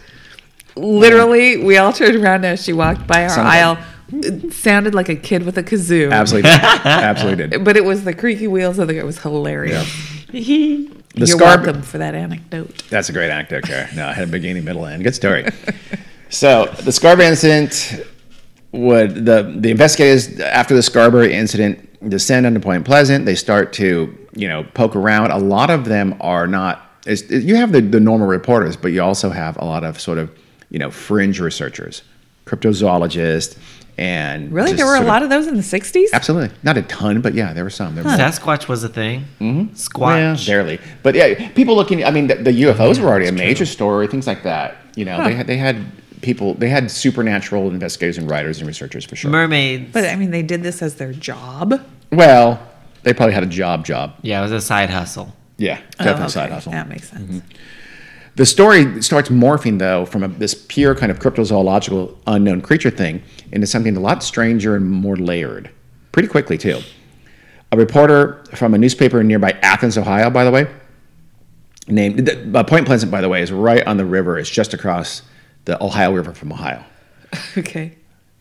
A: Literally, we all turned around as she walked by our
B: Sounded-
A: aisle. It sounded like a kid with a kazoo.
C: *laughs*
B: Absolutely, did. absolutely did.
A: But it was the creaky wheels. I think it was hilarious.
B: The
A: You're
B: scar-
A: welcome for that anecdote.
B: That's a great anecdote, Kara. No, I had a beginning, middle, end. Good story. so the Scarborough incident would the the investigators after the Scarborough incident descend onto Point Pleasant. They start to you know poke around. A lot of them are not. It's, it- you have the the normal reporters, but you also have a lot of sort of you know fringe researchers, cryptozoologists, and
A: Really?
B: just
A: there were a
B: sort
A: lot of those in the 60s?
B: absolutely not a ton, but yeah, there were some. There were
C: Sasquatch was a thing. Mm-hmm.
B: yeah,
C: Squatch.
B: barely. But yeah, people looking. I mean, the, the UFOs were already a major story. Things like that. You know, they had they had people. They had supernatural investigators and writers and researchers for sure.
C: Mermaids.
A: But I mean, they did this as their job.
B: well, they probably had a job. Job.
C: yeah, it was a side hustle.
B: Yeah, definitely
A: Oh, okay.
B: side hustle.
A: That makes sense.
B: The story starts morphing though from a, this pure kind of cryptozoological unknown creature thing into something a lot stranger and more layered. Pretty quickly too. A reporter from a newspaper in nearby Athens, Ohio, by the way, named th- uh, Point Pleasant, by the way, is right on the river. It's just across the Ohio River from Ohio. *laughs*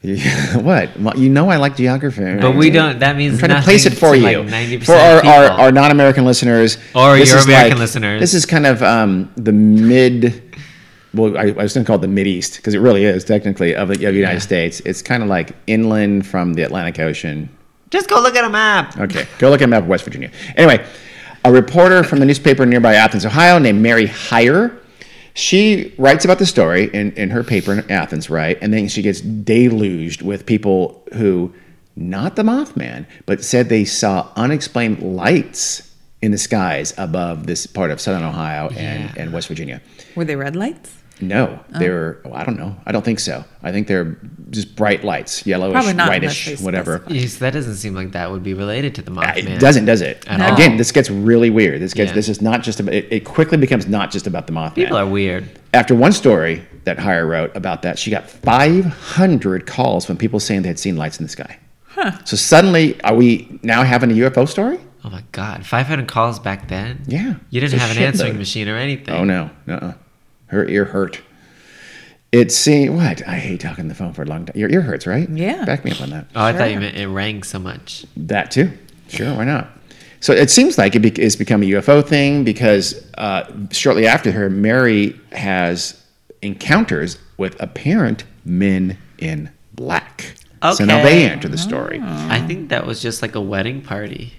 B: Mm-hmm.
A: Okay.
B: what? Well, You know I like geography.
C: But we don't. That means
B: I'm trying to
C: nothing
B: place it for
C: to,
B: you,
C: like, 90%
B: for our, our,
C: people.
B: our non-American listeners,
C: Or
B: this
C: your
B: is
C: American listeners.
B: This is kind of um, the mid. Well, I, I was going to call it the Mid East because it really is technically of the, of the United States. It's kind of like inland from the Atlantic Ocean.
C: Just go look at a map.
B: Okay, go look at a map of West Virginia. Anyway, a reporter from the newspaper nearby Athens, Ohio, named Mary Heyer, she writes about the story in, in her paper in Athens, right? And then she gets deluged with people who, not the Mothman, but said they saw unexplained lights in the skies above this part of southern Ohio and,
C: Yeah.
B: and West Virginia.
A: Were they red lights?
B: No, they were. Oh, I don't know. I don't think so. I think they're just bright lights, yellowish,
A: Probably not unless
B: whitish,
A: they
B: whatever.
A: specify.
C: Yes, that doesn't seem like that would be related to the
B: Uh,
C: Mothman.
B: It doesn't, does it?
C: At all.
B: Again, this gets really weird. This gets
C: Yeah.
B: this is not just about. It, it quickly becomes not just about the Mothman.
C: People are weird.
B: After one story that Heyer wrote about that, she got 500 calls from people saying they had seen lights in the sky. So suddenly, are we now having a UFO story?
C: Oh my god, 500 calls back then.
B: Yeah,
C: You
B: it's
C: didn't
B: a
C: have an answering
B: shitload.
C: machine or anything.
B: Oh no, uh-uh. her ear hurt. It seemed what I hate talking on the phone for a long time. Your ear hurts, right?
A: Yeah.
B: Back me up on that.
C: Oh, I
A: Sure.
C: thought you meant it rang so much.
B: That too. Sure, why not? So it seems like it be- it's become a UFO thing because uh, shortly after her, Mary has encounters with apparent men in black. So now
C: Okay. Ah.
B: they enter the story.
C: I think that was just like a wedding party.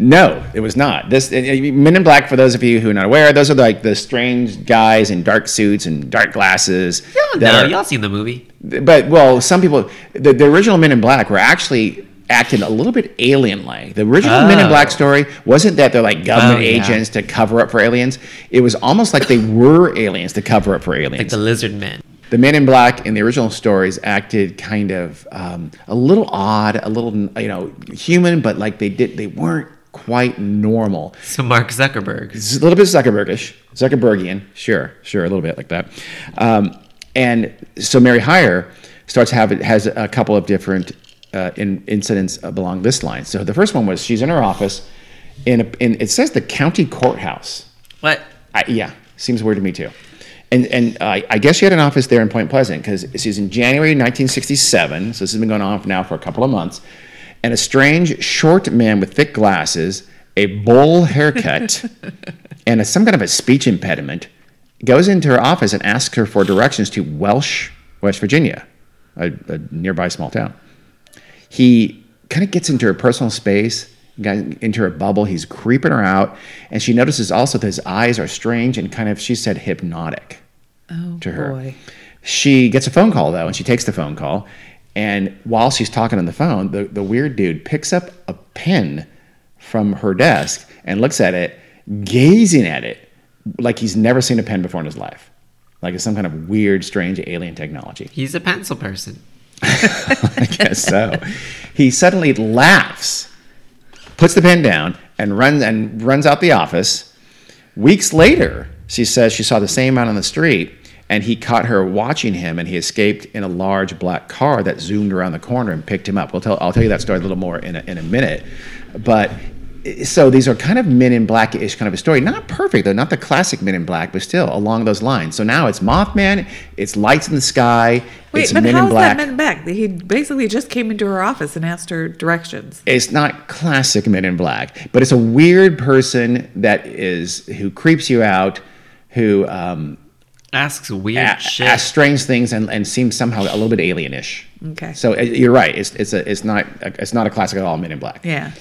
B: No, it was not. This and, and Men in Black. For those of you who are not aware, those are like the strange guys in dark suits and dark glasses.
C: Oh,
B: that
C: no,
B: are-
C: y'all seen the movie?
B: but well, some people the, the original Men in Black were actually acting a little bit alien like. The original Men in
C: Oh.
B: Black story wasn't that they're like government
C: Oh, yeah.
B: agents to cover up for aliens. It was almost like they were aliens to cover up for
C: Like
B: aliens.
C: the lizard men.
B: the Men in Black in the original stories acted kind of um, a little odd, a little you know human, but like they did they weren't quite normal.
C: So Mark Zuckerberg.
B: It's a little bit Zuckerbergish, Zuckerbergian, sure, sure, a little bit like that. Um, and so Mary Heyer starts having has a couple of different uh, in, incidents along this line. So the first one was she's in her office, in, a, in it says the county courthouse.
C: What?
B: I, yeah, seems weird to me too. And and uh, I guess she had an office there in Point Pleasant because she's in January 1967. So this has been going on now for a couple of months. And a strange, short man with thick glasses, a bowl haircut, and a, some kind of a speech impediment goes into her office and asks her for directions to Welsh, West Virginia, a, a nearby small town he kind of gets into her personal space, got into her bubble. He's creeping her out, and she notices also that his eyes are strange and kind of, she said, hypnotic
A: Oh
B: to her.
A: boy.
B: She gets a phone call though, and she takes the phone call. And while she's talking on the phone, the, the weird dude picks up a pen from her desk and looks at it, gazing at it like he's never seen a pen before in his life. Like it's some kind of weird, strange alien technology.
C: He's a pencil person.
B: I guess *laughs* so. He suddenly laughs, puts the pen down, and runs and runs out the office. Weeks later, she says she saw the same man on the street, and he caught her watching him, and he escaped in a large black car that zoomed around the corner and picked him up. We'll tell, I'll tell you that story a little more in a, in a minute, but. eh, So these are kind of Men in Black ish kind of a story, not perfect though, not the classic Men in Black, but still along those lines. So now it's Mothman, it's lights in the sky,
A: Wait,
B: it's
A: but
B: Men
A: how
B: in
A: is that
B: Black.
A: Men in Black? He basically just came into her office and asked her directions.
B: it's not classic Men in Black, but it's a weird person that is who creeps you out, who um,
C: Asks
B: a-
C: weird shit.
B: asks strange things and, and seems somehow a little bit alienish.
A: Okay.
B: So uh, you're right. It's it's a it's not a, it's not a classic at all. Men in Black.
A: Yeah.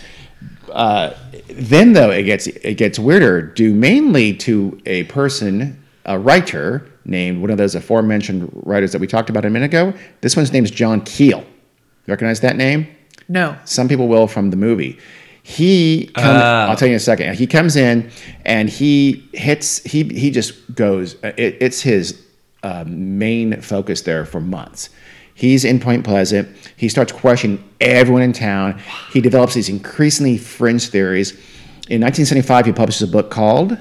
B: Then though it gets it gets weirder, due mainly to a person, a writer named one of those aforementioned writers that we talked about a minute ago. This one's name is John Keel. You recognize that name?
A: No.
B: Some people will from the movie. He, come,
C: Ah.
B: I'll tell you in a second. He comes in and he hits. He he just goes. It, it's his uh, main focus there for months. He's in Point Pleasant. He starts questioning everyone in town. He develops these increasingly fringe theories. In 1975, he publishes a book called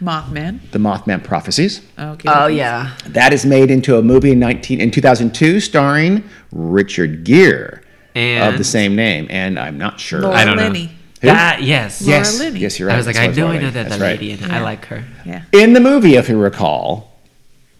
A: Mothman.
B: The Mothman Prophecies.
A: Okay.
C: Oh, yeah.
B: That is made into a movie in 19 in 2002 starring Richard Gere of the
C: And-
B: same name. And I'm not sure.
A: Laura
C: I don't know.
A: Linney.
B: Who?
C: That, yes.
A: Laura
B: yes,
A: Linney.
B: yes, you're right.
C: I was like,
B: That's
C: I
B: what
C: know, I
B: writing.
C: know that,
B: That's
C: that
B: right.
C: lady, and I like her.
A: Yeah.
B: In the movie, if you recall,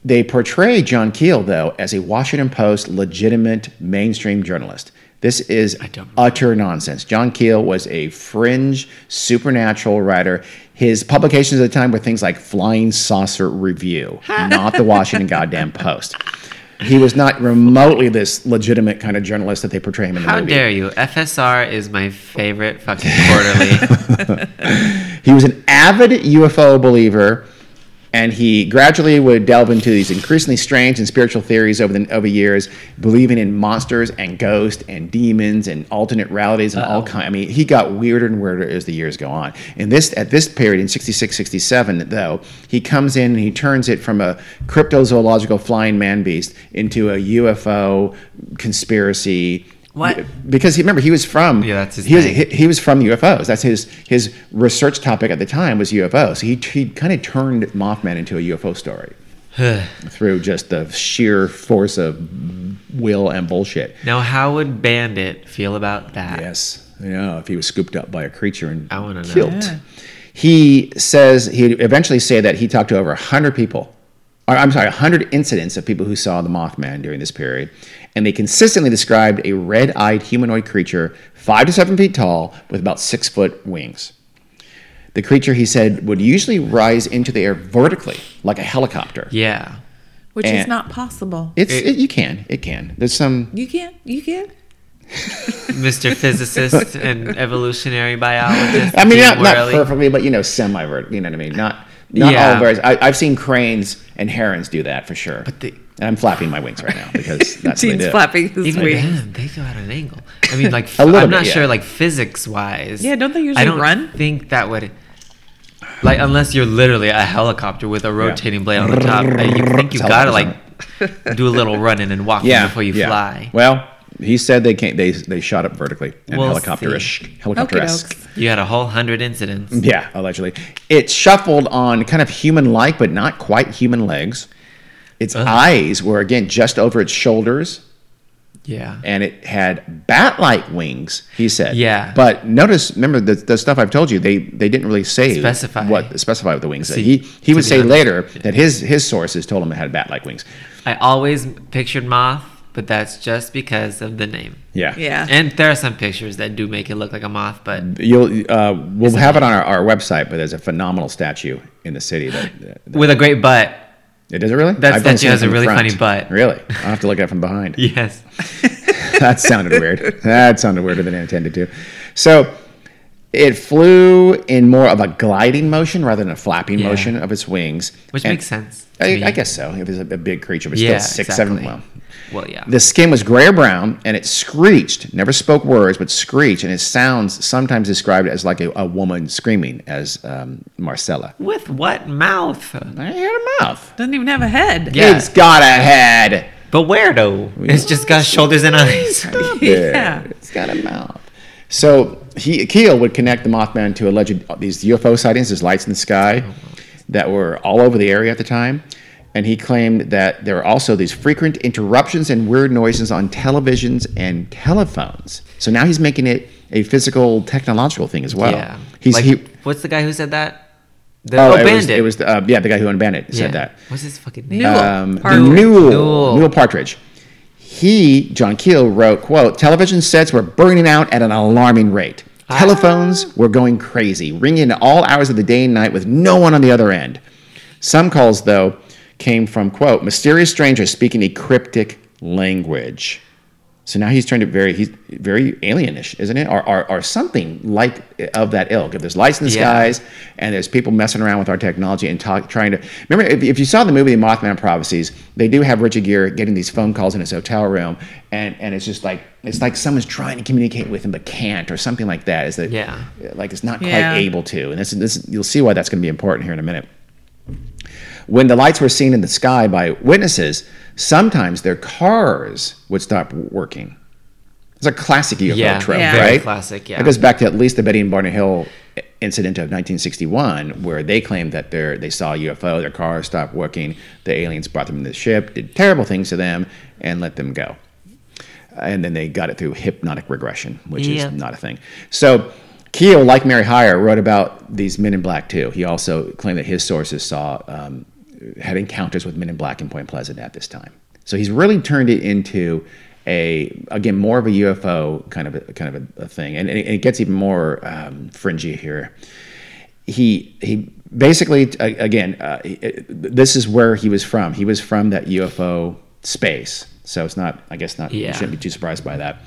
B: They portray John Keel, though, as a Washington Post legitimate mainstream journalist. This is
C: don't-
B: utter nonsense. John Keel was a fringe supernatural writer. His publications at the time were things like Flying Saucer *laughs* Review, not the Washington Goddamn Post. He was not remotely this legitimate kind of journalist that they portray him in the
C: How
B: movie.
C: dare you? FSR is my favorite fucking quarterly.
A: *laughs*
B: He was an avid UFO believer, and he gradually would delve into these increasingly strange and spiritual theories over the over years, believing in monsters and ghosts and demons and alternate realities and all kind. I mean, he got weirder and weirder as the years go on. And this at this period in 66, 67, though, he comes in and he turns it from a cryptozoological flying man beast into a UFO conspiracy.
C: What?
B: Because he remember he was from
C: Yeah, that's his
B: Um, he was,
C: thing.
B: he, he was from UFOs. That's his his research topic at the time was UFOs. He he kind of turned Mothman into a UFO
C: *sighs*
B: story through just the sheer force of will and bullshit.
C: now, how would Bandit feel about that?
B: Yes, you know, if he was scooped up by a creature and
C: I wanna know.
B: killed.
A: Yeah.
B: He says he eventually say that he talked to over hundred people. Or, I'm sorry, 100 incidents of people who saw the Mothman during this period, and they consistently described a red-eyed humanoid creature, five to seven feet tall, with about six-foot wings. The creature, he said, would usually rise into the air vertically, like a helicopter.
C: Yeah.
A: which is
B: And-
A: not possible.
B: It's
C: It-
B: it, you can, it can. There's some
A: You can't. You can't.
C: Mr. Physicist and evolutionary biologist.
B: I mean,
C: Gene
B: not, not
C: Worley.
B: perfectly, but you know, semi vertical. You know what I mean? Not not
C: Yeah.
B: all birds. I, I've seen cranes and herons do that for sure. But
C: the-
B: and I'm flapping my wings right now
C: *laughs*
B: because that's what
A: Gene's
B: they do.
A: flapping his
C: Even
A: wings.
C: then, they go at an angle. I mean, like
B: *laughs* A
C: i I'm
B: little bit,
C: not
B: yeah.
C: sure, like physics wise.
A: Yeah, don't they usually
C: I don't
A: run?
C: Think that would, like, unless you're literally a helicopter with a rotating blade on the top, that you think you
A: *laughs*
C: gotta like do a little running and walking
B: Yeah,
C: before you
B: yeah.
C: fly.
B: Well, he said they can't. They they shot up vertically and
C: We'll
B: helicopterish,
A: Okay,
B: helicopterish.
C: You had a whole hundred incidents.
B: Yeah, allegedly. It shuffled on kind of human like, but not quite human legs. Its eyes were, again, just over its shoulders,
C: Yeah.
B: and it had bat-like wings. He said,
C: Yeah.
B: But notice, remember the, the stuff I've told you. They they didn't really say
C: Specify.
B: what specify what the wings.
C: See,
B: he he would
C: to be
B: say
C: honest.
B: later that his his sources told him it had bat-like wings.
C: I always pictured moth, but that's just because of the name.
B: Yeah,
A: Yeah.
C: And there are some pictures that do make it look like a moth, but
B: You'll uh, we'll have it on our, our website, but there's a phenomenal statue in the city that, that-
C: with a great butt.
B: it does it really.
C: That
B: I've only
C: statue
B: seen it
C: has a
B: from the
C: really
B: front.
C: funny butt.
B: Really, I'll have to look at it from behind. *laughs*
C: Yes.
B: that sounded weird. That sounded weirder than I intended to. So it flew in more of a gliding motion rather than a flapping
C: Yeah.
B: motion of its wings.
C: Which
B: And
C: makes sense to
B: I,
C: me.
B: I guess so. It was a, a big creature, but
C: Yeah.
B: still six,
C: exactly.
B: seven. Well,
C: Well, yeah.
B: the skin was gray or brown, and it screeched. Never spoke words, but screeched, and its sounds sometimes described as like a, a woman screaming, as um, Marcella.
C: With what mouth?
B: I had a mouth.
A: Doesn't even have a head. *laughs*
C: Yeah.
B: It's got a head.
C: But where though? It's just
B: *laughs*
C: got shoulders and eyes.
A: Yeah.
B: It's got a mouth. So he Keel would connect the Mothman to alleged these UFO sightings, these lights in the sky that were all over the area at the time. And he claimed that there were also these frequent interruptions and weird noises on televisions and telephones. So now he's making it a physical, technological thing as well.
C: *laughs* yeah.
B: He's
C: like,
B: he.
C: what's the guy who said that? The
B: Oh,
C: oh,
B: it was,
C: Bandit.
B: it was uh, yeah, the guy who owned Bandit said that.
C: What's his fucking name?
A: Newell.
B: Um,
A: Partridge.
B: Newell,
C: Newell.
B: Newell Partridge. He, John Keel, wrote, quote, television sets were burning out at an alarming rate. Telephones were going crazy, ringing at all hours of the day and night with no one on the other end. Some calls, though, came from, quote, mysterious strangers speaking a cryptic language. So now he's turned it very, he's very alienish, isn't it? Or, or, or something like of that ilk. If there's lights in the
C: Yeah.
B: skies and there's people messing around with our technology and talk, trying to remember, if, if you saw the movie The Mothman Prophecies, they do have Richard Gere getting these phone calls in his hotel room, and, and it's just like it's like someone's trying to communicate with him but can't or something like that. Is that
C: Yeah.
B: Like it's not quite
A: Yeah.
B: able to, and this, this you'll see why that's going to be important here in a minute. When the lights were seen in the sky by witnesses, sometimes their cars would stop working. It's a classic UFO
C: Yeah,
B: trope,
A: Yeah.
C: very
B: right?
C: classic, yeah.
B: It goes back to at least the Betty and Barney Hill incident of 1961, where they claimed that their, they saw a UFO, their cars stopped working, the aliens brought them to the ship, did terrible things to them, and let them go. And then they got it through hypnotic regression, which
C: Yeah.
B: is not a thing. So Keo, like Mary Heyer, wrote about these men in black too. He also claimed that his sources saw um, had encounters with men in black in Point Pleasant at this time. So he's really turned it into a again more of a UFO kind of a, kind of a, a thing, and, and it gets even more um, fringy here. He he basically a- again uh, he- it- this is where he was from. He was from that UFO space, so it's not I guess not
C: Yeah.
B: you shouldn't be too surprised by that.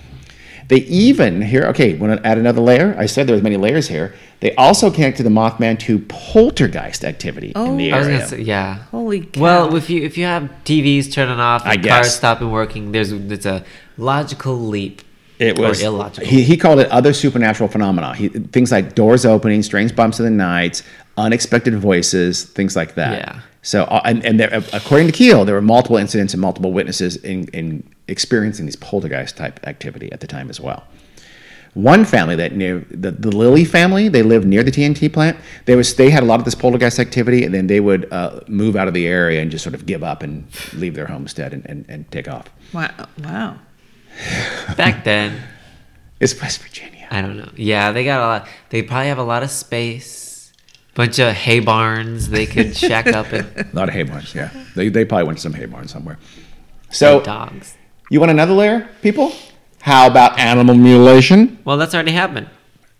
B: They even here okay want to add another layer. I said there was many layers here. They also connect to the Mothman to poltergeist activity in the
C: Oh. I was
B: area.
C: gonna say, yeah.
A: Holy cow.
C: Well, if you if you have TVs turning off,
B: I
C: and cars
B: guess.
C: stopping working, there's it's a logical leap.
B: It was
C: or illogical.
B: He, he called it other supernatural phenomena. He, things like doors opening, strange bumps in the night, unexpected voices, things like that.
C: Yeah.
B: So, uh, and, and there, according to Keel, there were multiple incidents and multiple witnesses in, in experiencing these poltergeist type activity at the time as well. One family that knew the, the Lilly family, they lived near the TNT plant. They was they had a lot of this poltergeist activity, and then they would uh, move out of the area and just sort of give up and leave their homestead and, and, and take off.
A: wow. Wow.
C: Back then,
B: It's West Virginia.
C: I don't know. Yeah, they got a lot. They probably have a lot of space, bunch of hay barns
A: *laughs*
C: they could shack up and
B: Not hay barns, yeah. They, they probably went to some hay barn somewhere. So,
C: dogs.
B: you want another layer, people? How about animal mutilation?
C: Well, that's already happened.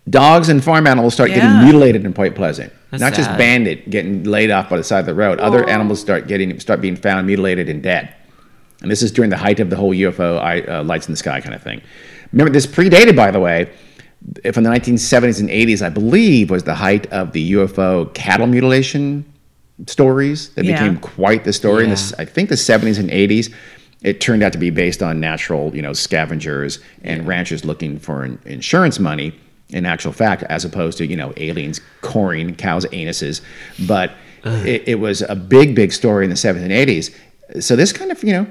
B: Dogs and farm animals start
A: Yeah.
B: getting mutilated in Point Pleasant.
C: That's
B: Not just
C: sad.
B: bandit getting laid off by the side of the road. Other animals start getting start being found mutilated and dead. And this is during the height of the whole UFO eye- uh, lights in the sky kind of thing. Remember, this predated, by the way, uh, from the 1970s and 80s, I believe, was the height of the UFO cattle mutilation stories that
A: Yeah.
B: became quite the story in the,
C: Yeah.
B: s- I think the 70s and 80s. It turned out to be based on natural, you know, scavengers and ranchers looking for in- insurance money in actual fact, as opposed to, you know, aliens coring cows' anuses. But it, it was a big, big story in the 70s and 80s. So this kind of, you know,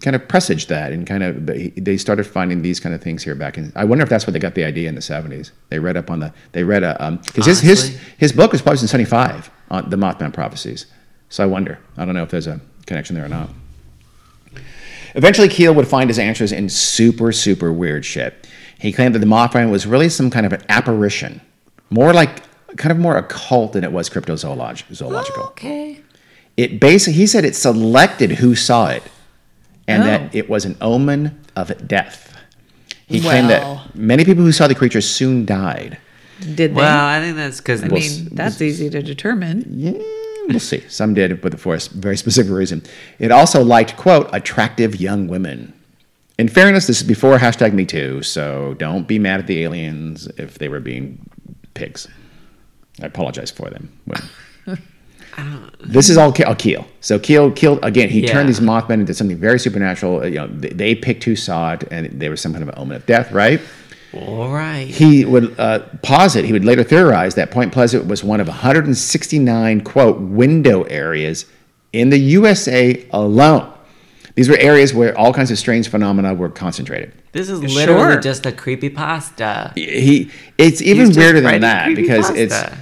B: kind of presaged that and kind of they- they started finding these kind of things here back in i wonder if that's where they got the idea in the 70s they read up on the they read a um because his his
C: Honestly.
B: his book was published in 75 on the mothman prophecies so i wonder i don't know if there's a connection there or not eventually keel would find his answers in super super weird shit he claimed that the mothman was really some kind of an apparition more like kind of more occult than it was cryptozoological
A: *gasps*
B: zoological
C: Okay.
B: it basically he said it selected who saw it and
A: Oh.
B: that it was an omen of death he claimed
A: Well.
B: that many people who saw the creature soon died
A: Did they?
C: Well, I think that's because
A: I mean, that's easy to determine.
B: yeah, we'll see some did but for a s- very specific reason it also liked quote attractive young women in fairness this is before hashtag me too so don't be mad at the aliens if they were being pigs i apologize for them women. this is all Ke- all Keel. So Keel, Keel again. He turned
C: Yeah.
B: these Mothman into something very supernatural. uh, You know, they, they picked who saw it, and there was some kind of an omen of death, right?
C: all right.
B: He would uh, posit. He would later theorize that Point Pleasant was one of 169 quote window areas in the USA alone. These were areas where all kinds of strange phenomena were concentrated.
C: This is literally
A: Sure.
C: just a creepy pasta.
B: He, it's even
C: just
B: weirder than
C: writing
B: that because it's.
C: creepypasta.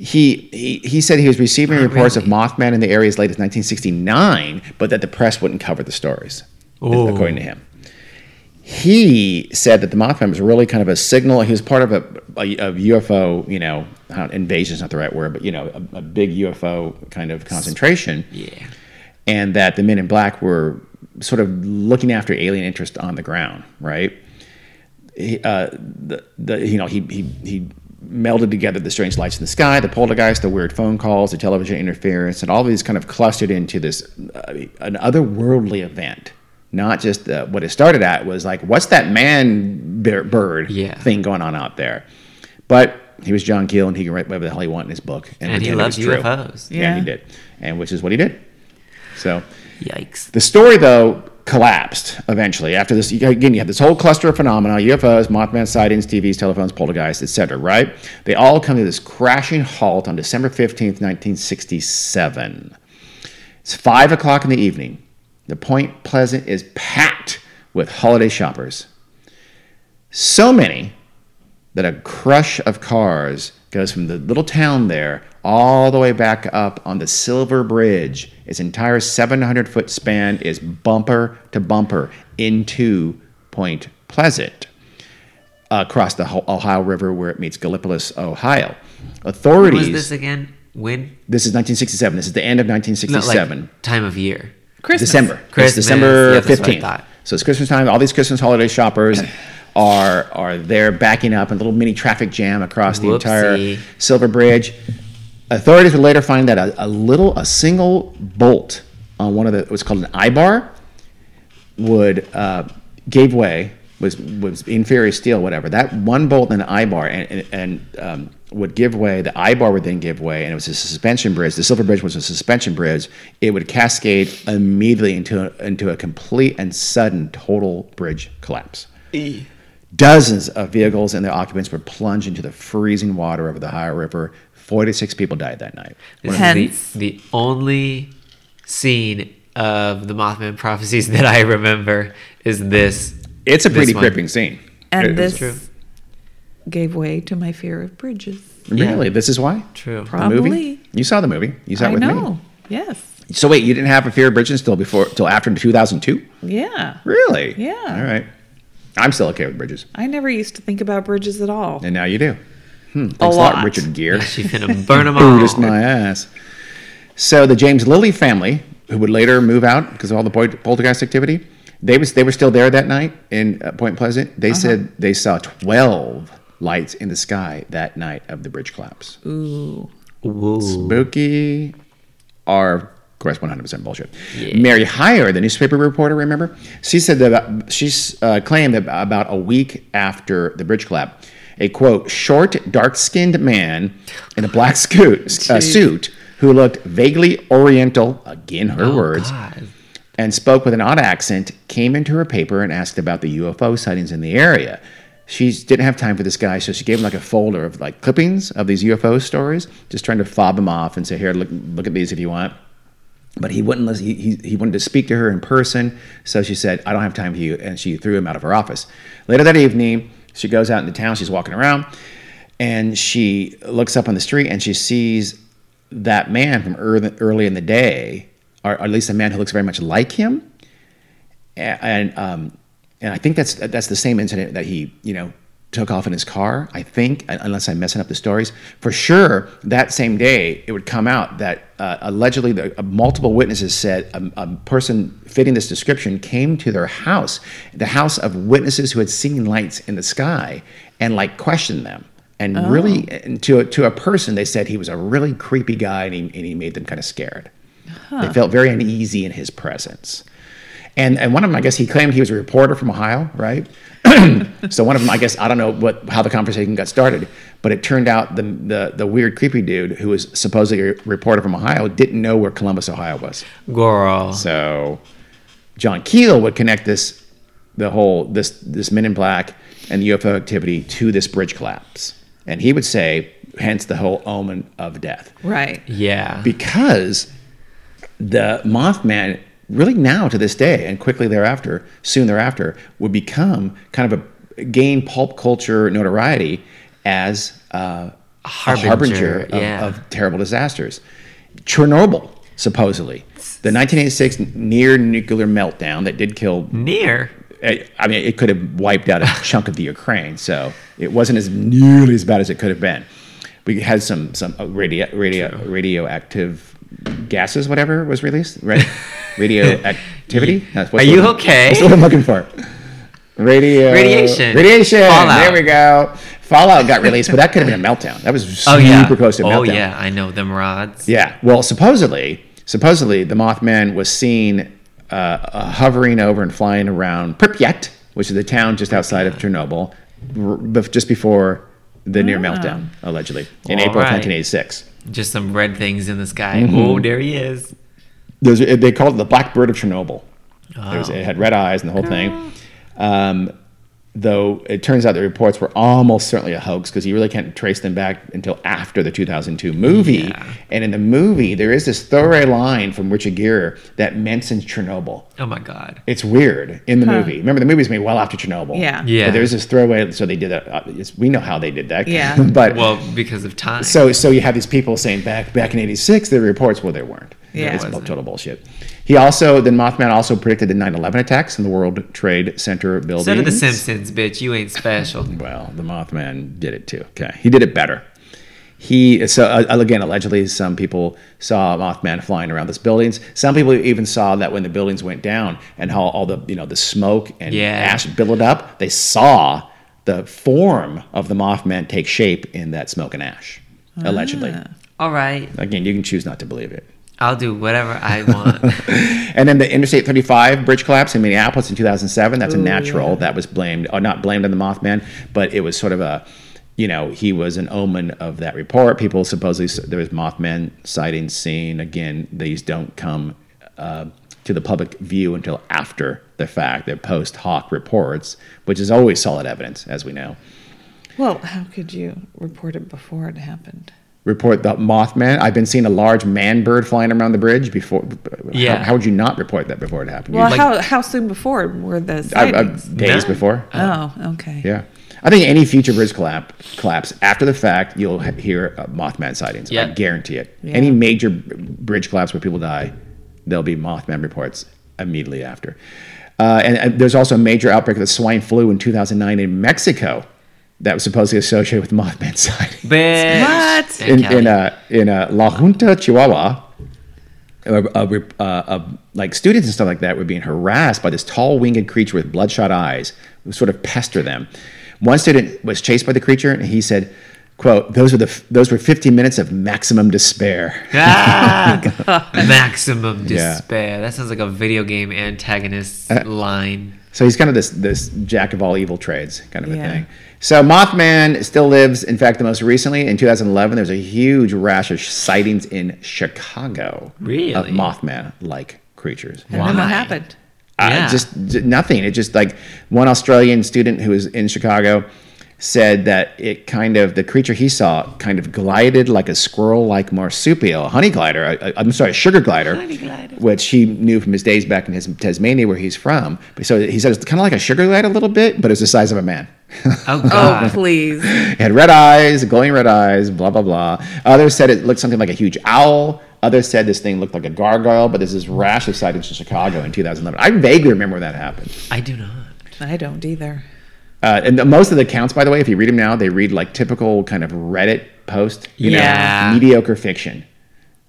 B: He, he he said he was receiving reports
C: really.
B: of Mothman in the area as late as 1969, but that the press wouldn't cover the stories,
C: Ooh.
B: according to him. He said that the Mothman was really kind of a signal. He was part of a, a, a UFO, you know, invasion is not the right word, but you know, a, a big UFO kind of concentration
C: Yeah.
B: and that the men in black were sort of looking after alien interest on the ground, right? He, uh, the, the, you know, he, he, he melded together the strange lights in the sky, the poltergeist, the weird phone calls, the television interference, and all these kind of clustered into this uh, an otherworldly event. Not just uh, what it started at was like, what's that man bir- bird
C: Yeah.
B: thing going on out there? But he was John Keel, and he can write whatever the hell he wanted in his book,
C: And he
B: pretend it
C: loves
B: was true.
C: UFOs.
B: Yeah, he
A: Yeah.
B: did, and which is what he did. So
C: Yikes.
B: the story, though, collapsed eventually after this. Again, you have this whole cluster of phenomena: UFOs, Mothman sightings, TVs, telephones, poltergeists, etc. Right? They all come to this crashing halt on December fifteenth, nineteen sixty-seven. It's five o'clock in the evening. The Point Pleasant is packed with holiday shoppers. So many that a crush of cars goes from the little town there all the way back up on the Silver Bridge. Its entire 700 foot span is bumper to bumper into Point Pleasant across the Ho- Ohio River where it meets Gallipolis, Ohio.
C: What was
B: Authorities.
C: this again? When?
B: This is 1967. This is the end of
C: Not
B: 1967.
C: like time of year.
A: Christmas.
B: December.
C: Christmas.
B: It's December
C: Yeah, that's what I
B: fifteenth.
C: thought.
B: so it's Christmas time. All these Christmas holiday shoppers are are there backing up in a little mini traffic jam across the
C: Whoopsie.
B: entire Silver Bridge. Authorities would later find that a, a little a single bolt on one of the what's called an eye bar would uh, gave way was was inferior steel whatever that one bolt in the eye bar and and, and um, would give way the eye bar would then give way and it was a suspension bridge the silver bridge was a suspension bridge it would cascade immediately into a, into a complete and sudden total bridge collapse
C: E.
B: dozens of vehicles and their occupants were plunged into the freezing water over the high river 46 people died that night
C: This
A: Hence.
C: is the, the only scene of the Mothman prophecies *laughs* that I remember is this.
B: it's a
C: This
B: pretty
C: one.
B: gripping scene It-
A: And
B: it's-
A: this
C: true.
A: gave way to my fear of bridges.
B: really this is why
C: True.
B: the
A: Probably.
B: movie you saw the movie you saw it
A: I
B: with me
A: know. Yes.
B: So wait, you didn't have a fear of bridges till before till after 2002?
A: Yeah.
B: Really?
A: Yeah.
B: All right. I'm still okay with bridges,
A: I never used to think about bridges at all.
B: and now you do. Hmm, thanks
A: lot. *laughs*
B: Richard Gere.
C: She finna burn them all.
B: Bruised my ass. So the James Lilly family, who would later move out because of all the pol- poltergeist activity, they was they were still there that night in uh, Point Pleasant.
A: Uh-huh.
B: They said they saw 12 lights in the sky that night of the bridge collapse.
A: Ooh.
C: Whoa.
B: Spooky are, of course, 100% bullshit.
C: Yeah.
B: Mary Heyer, the newspaper reporter, remember? She said that about, she uh, claimed that about a week after the bridge collapse, a quote, short, dark skinned man in a black scoot, uh, suit who looked vaguely oriental, again, her
C: Oh,
B: words,
C: God.
B: and spoke with an odd accent, came into her paper and asked about the UFO sightings in the area. She didn't have time for this guy, so she gave him like a folder of like clippings of these UFO stories, just trying to fob him off and say, "Here, look, look at these if you want." But he wouldn't listen. He, he, he wanted to speak to her in person, so she said, "I don't have time for you," and she threw him out of her office. Later that evening, she goes out into town. She's walking around, and she looks up on the street and she sees that man from early, early in the day, or at least a man who looks very much like him, a- and um, and I think that's that's the same incident that he you know took off in his car. I think un- unless I'm messing up the stories, for sure that same day it would come out that uh, allegedly the, uh, multiple witnesses said um, a, a person fitting this description came to their house, the house of witnesses who had seen lights in the sky, and like questioned them. And really, and to a, to a person, they said he was a really creepy guy, and he, and he made them kind of scared. They felt very uneasy in his presence. And and one of them, I guess, he claimed he was a reporter from Ohio, right? so one of them, I guess, I don't know what how the conversation got started, but it turned out the the, the weird, creepy dude who was supposedly a reporter from Ohio didn't know where Columbus, Ohio was.
C: Girl.
B: So John Keel would connect this the whole this this Men in Black and the UFO activity to this bridge collapse, and he would say, hence the whole omen of death
A: Right.
C: Yeah.
B: because the Mothman really now to this day and quickly thereafter, soon thereafter, would become kind of a gain pulp culture notoriety as uh, a
C: Harbinger,
B: harbinger of,
C: yeah.
B: of terrible disasters. Chernobyl, supposedly. The 1986 near nuclear meltdown that did kill
C: Near.
B: I I mean, it could have wiped out a chunk of the Ukraine, so it wasn't as nearly as bad as it could have been. We had some some uh, radio radio radioactive gases, whatever was released, right?
C: *laughs*
B: Radioactivity. That's what
C: Are
B: the-
C: you okay?
B: That's what I'm looking for. Radio
C: Radiation.
B: Radiation.
C: Fallout.
B: There we go. Fallout got released, but that could have been a meltdown. That was super
C: Oh yeah.
B: close to a
C: oh
B: meltdown.
C: yeah. I know them rods.
B: Yeah. Well, supposedly, supposedly the Mothman was seen uh, uh, hovering over and flying around Pripyat, which is the town just outside of Chernobyl, r- bef- just before the near meltdown, allegedly, in
C: Ah. All
B: April
C: right.
B: 1986.
C: Just some red things in the sky.
B: Mm-hmm.
C: Oh, there he is.
B: Those, are- they called it the Black Bird of Chernobyl. It, was,
C: Oh.
B: it had red eyes and the whole thing. Um, though it turns out the reports were almost certainly a hoax because you really can't trace them back until after the 2002 movie.
C: Yeah.
B: And in the movie, there is this throwaway line from Richard Gere that mentions Chernobyl.
C: Oh my God.
B: It's weird in the movie. Remember, the movie's made well after Chernobyl.
A: Yeah.
C: Yeah.
B: But there's this throwaway. So they did that. uh, it's- We know how they did that.
A: Yeah.
B: *laughs* but
C: Well, because of time.
B: so so you have these people saying back back in '86 the reports well they weren't.
A: Yeah.
B: it's
C: Wasn't.
B: total bullshit. He also then Mothman also predicted the 9/11 attacks in the World Trade Center building.
C: Instead of the Simpsons, bitch, you ain't special.
B: Well, the Mothman did it too. Okay, he did it better. He so uh, again allegedly some people saw Mothman flying around those buildings. Some people even saw that when the buildings went down and how all the you know the smoke and
C: Yeah.
B: ash billowed up, they saw the form of the Mothman take shape in that smoke and ash. Allegedly,
C: Ah. All right,
B: again, you can choose not to believe it.
C: I'll do whatever I
B: *laughs*
C: want.
B: And then the Interstate 35 bridge collapse in Minneapolis in 2007. That's a natural. That was blamed, or not blamed on the Mothman, but it was sort of a, you know, he was an omen of that report. People supposedly s- there was Mothman sightings seen. Again, these don't come uh, to the public view until after the fact. They're post hoc reports, which is always solid evidence, as we know.
A: Well, how could you report it before it happened?
B: Report the Mothman. I've been seeing a large man bird flying around the bridge before.
C: Yeah.
B: How, how would you not report that before it happened?
A: Well,
C: Like-
A: how how soon before were the
B: I, I,
A: sightings?
B: days
C: No.
B: before.
A: oh, okay.
B: uh, Yeah. I think any future bridge collapse, collapse after the fact, you'll he- hear uh, Mothman sightings. I
C: Yeah.
B: guarantee it.
A: Yeah.
B: Any major b- bridge collapse where people die, there'll be Mothman reports immediately after. Uh, and uh, there's also a major outbreak of the swine flu in 2009 in Mexico that was supposedly associated with Mothman *laughs* sightings.
C: Bitch.
A: What?
C: And
B: In,
C: Kelly.
B: in, uh, in uh, La Junta, Chihuahua, uh, uh, rep- uh, uh, like students and stuff like that were being harassed by this tall winged creature with bloodshot eyes who sort of pester them one student was chased by the creature and he said quote those were the f- those were 50 minutes of maximum despair *laughs*
C: Ah! Maximum
B: Yeah. Uh,
C: despair. That sounds like a video game antagonist line.
B: so he's kind of this this jack of all evil trades kind of a
A: Yeah.
B: thing so mothman still lives in fact the most recently in 2011 there's a huge rash of sightings in chicago of
C: Really?
B: mothman like creatures
A: And then
C: Why?
A: what happened?
B: I
C: Yeah.
B: just j- nothing. It just like one Australian student who was in Chicago said that it kind of the creature he saw kind of glided like a squirrel like marsupial, a honey glider. I, am sorry, a sugar glider, which he knew from his days back in his Tasmania where he's from. But so he said it's kind of like a sugar glider a little bit, but it's the size of a man.
C: Oh
A: Oh,
C: god.
A: please.
B: *laughs* It had red eyes, glowing red eyes, blah blah blah. Others said it looked something like a huge owl. Others said this thing looked like a gargoyle, but there's this rash of sightings in Chicago in 2011. I vaguely remember when that happened.
C: I do not.
A: I don't either.
B: Uh, and the, most of the accounts, by the way, if you read them now, they read like typical kind of Reddit post, you
C: Yeah.
B: know, mediocre fiction,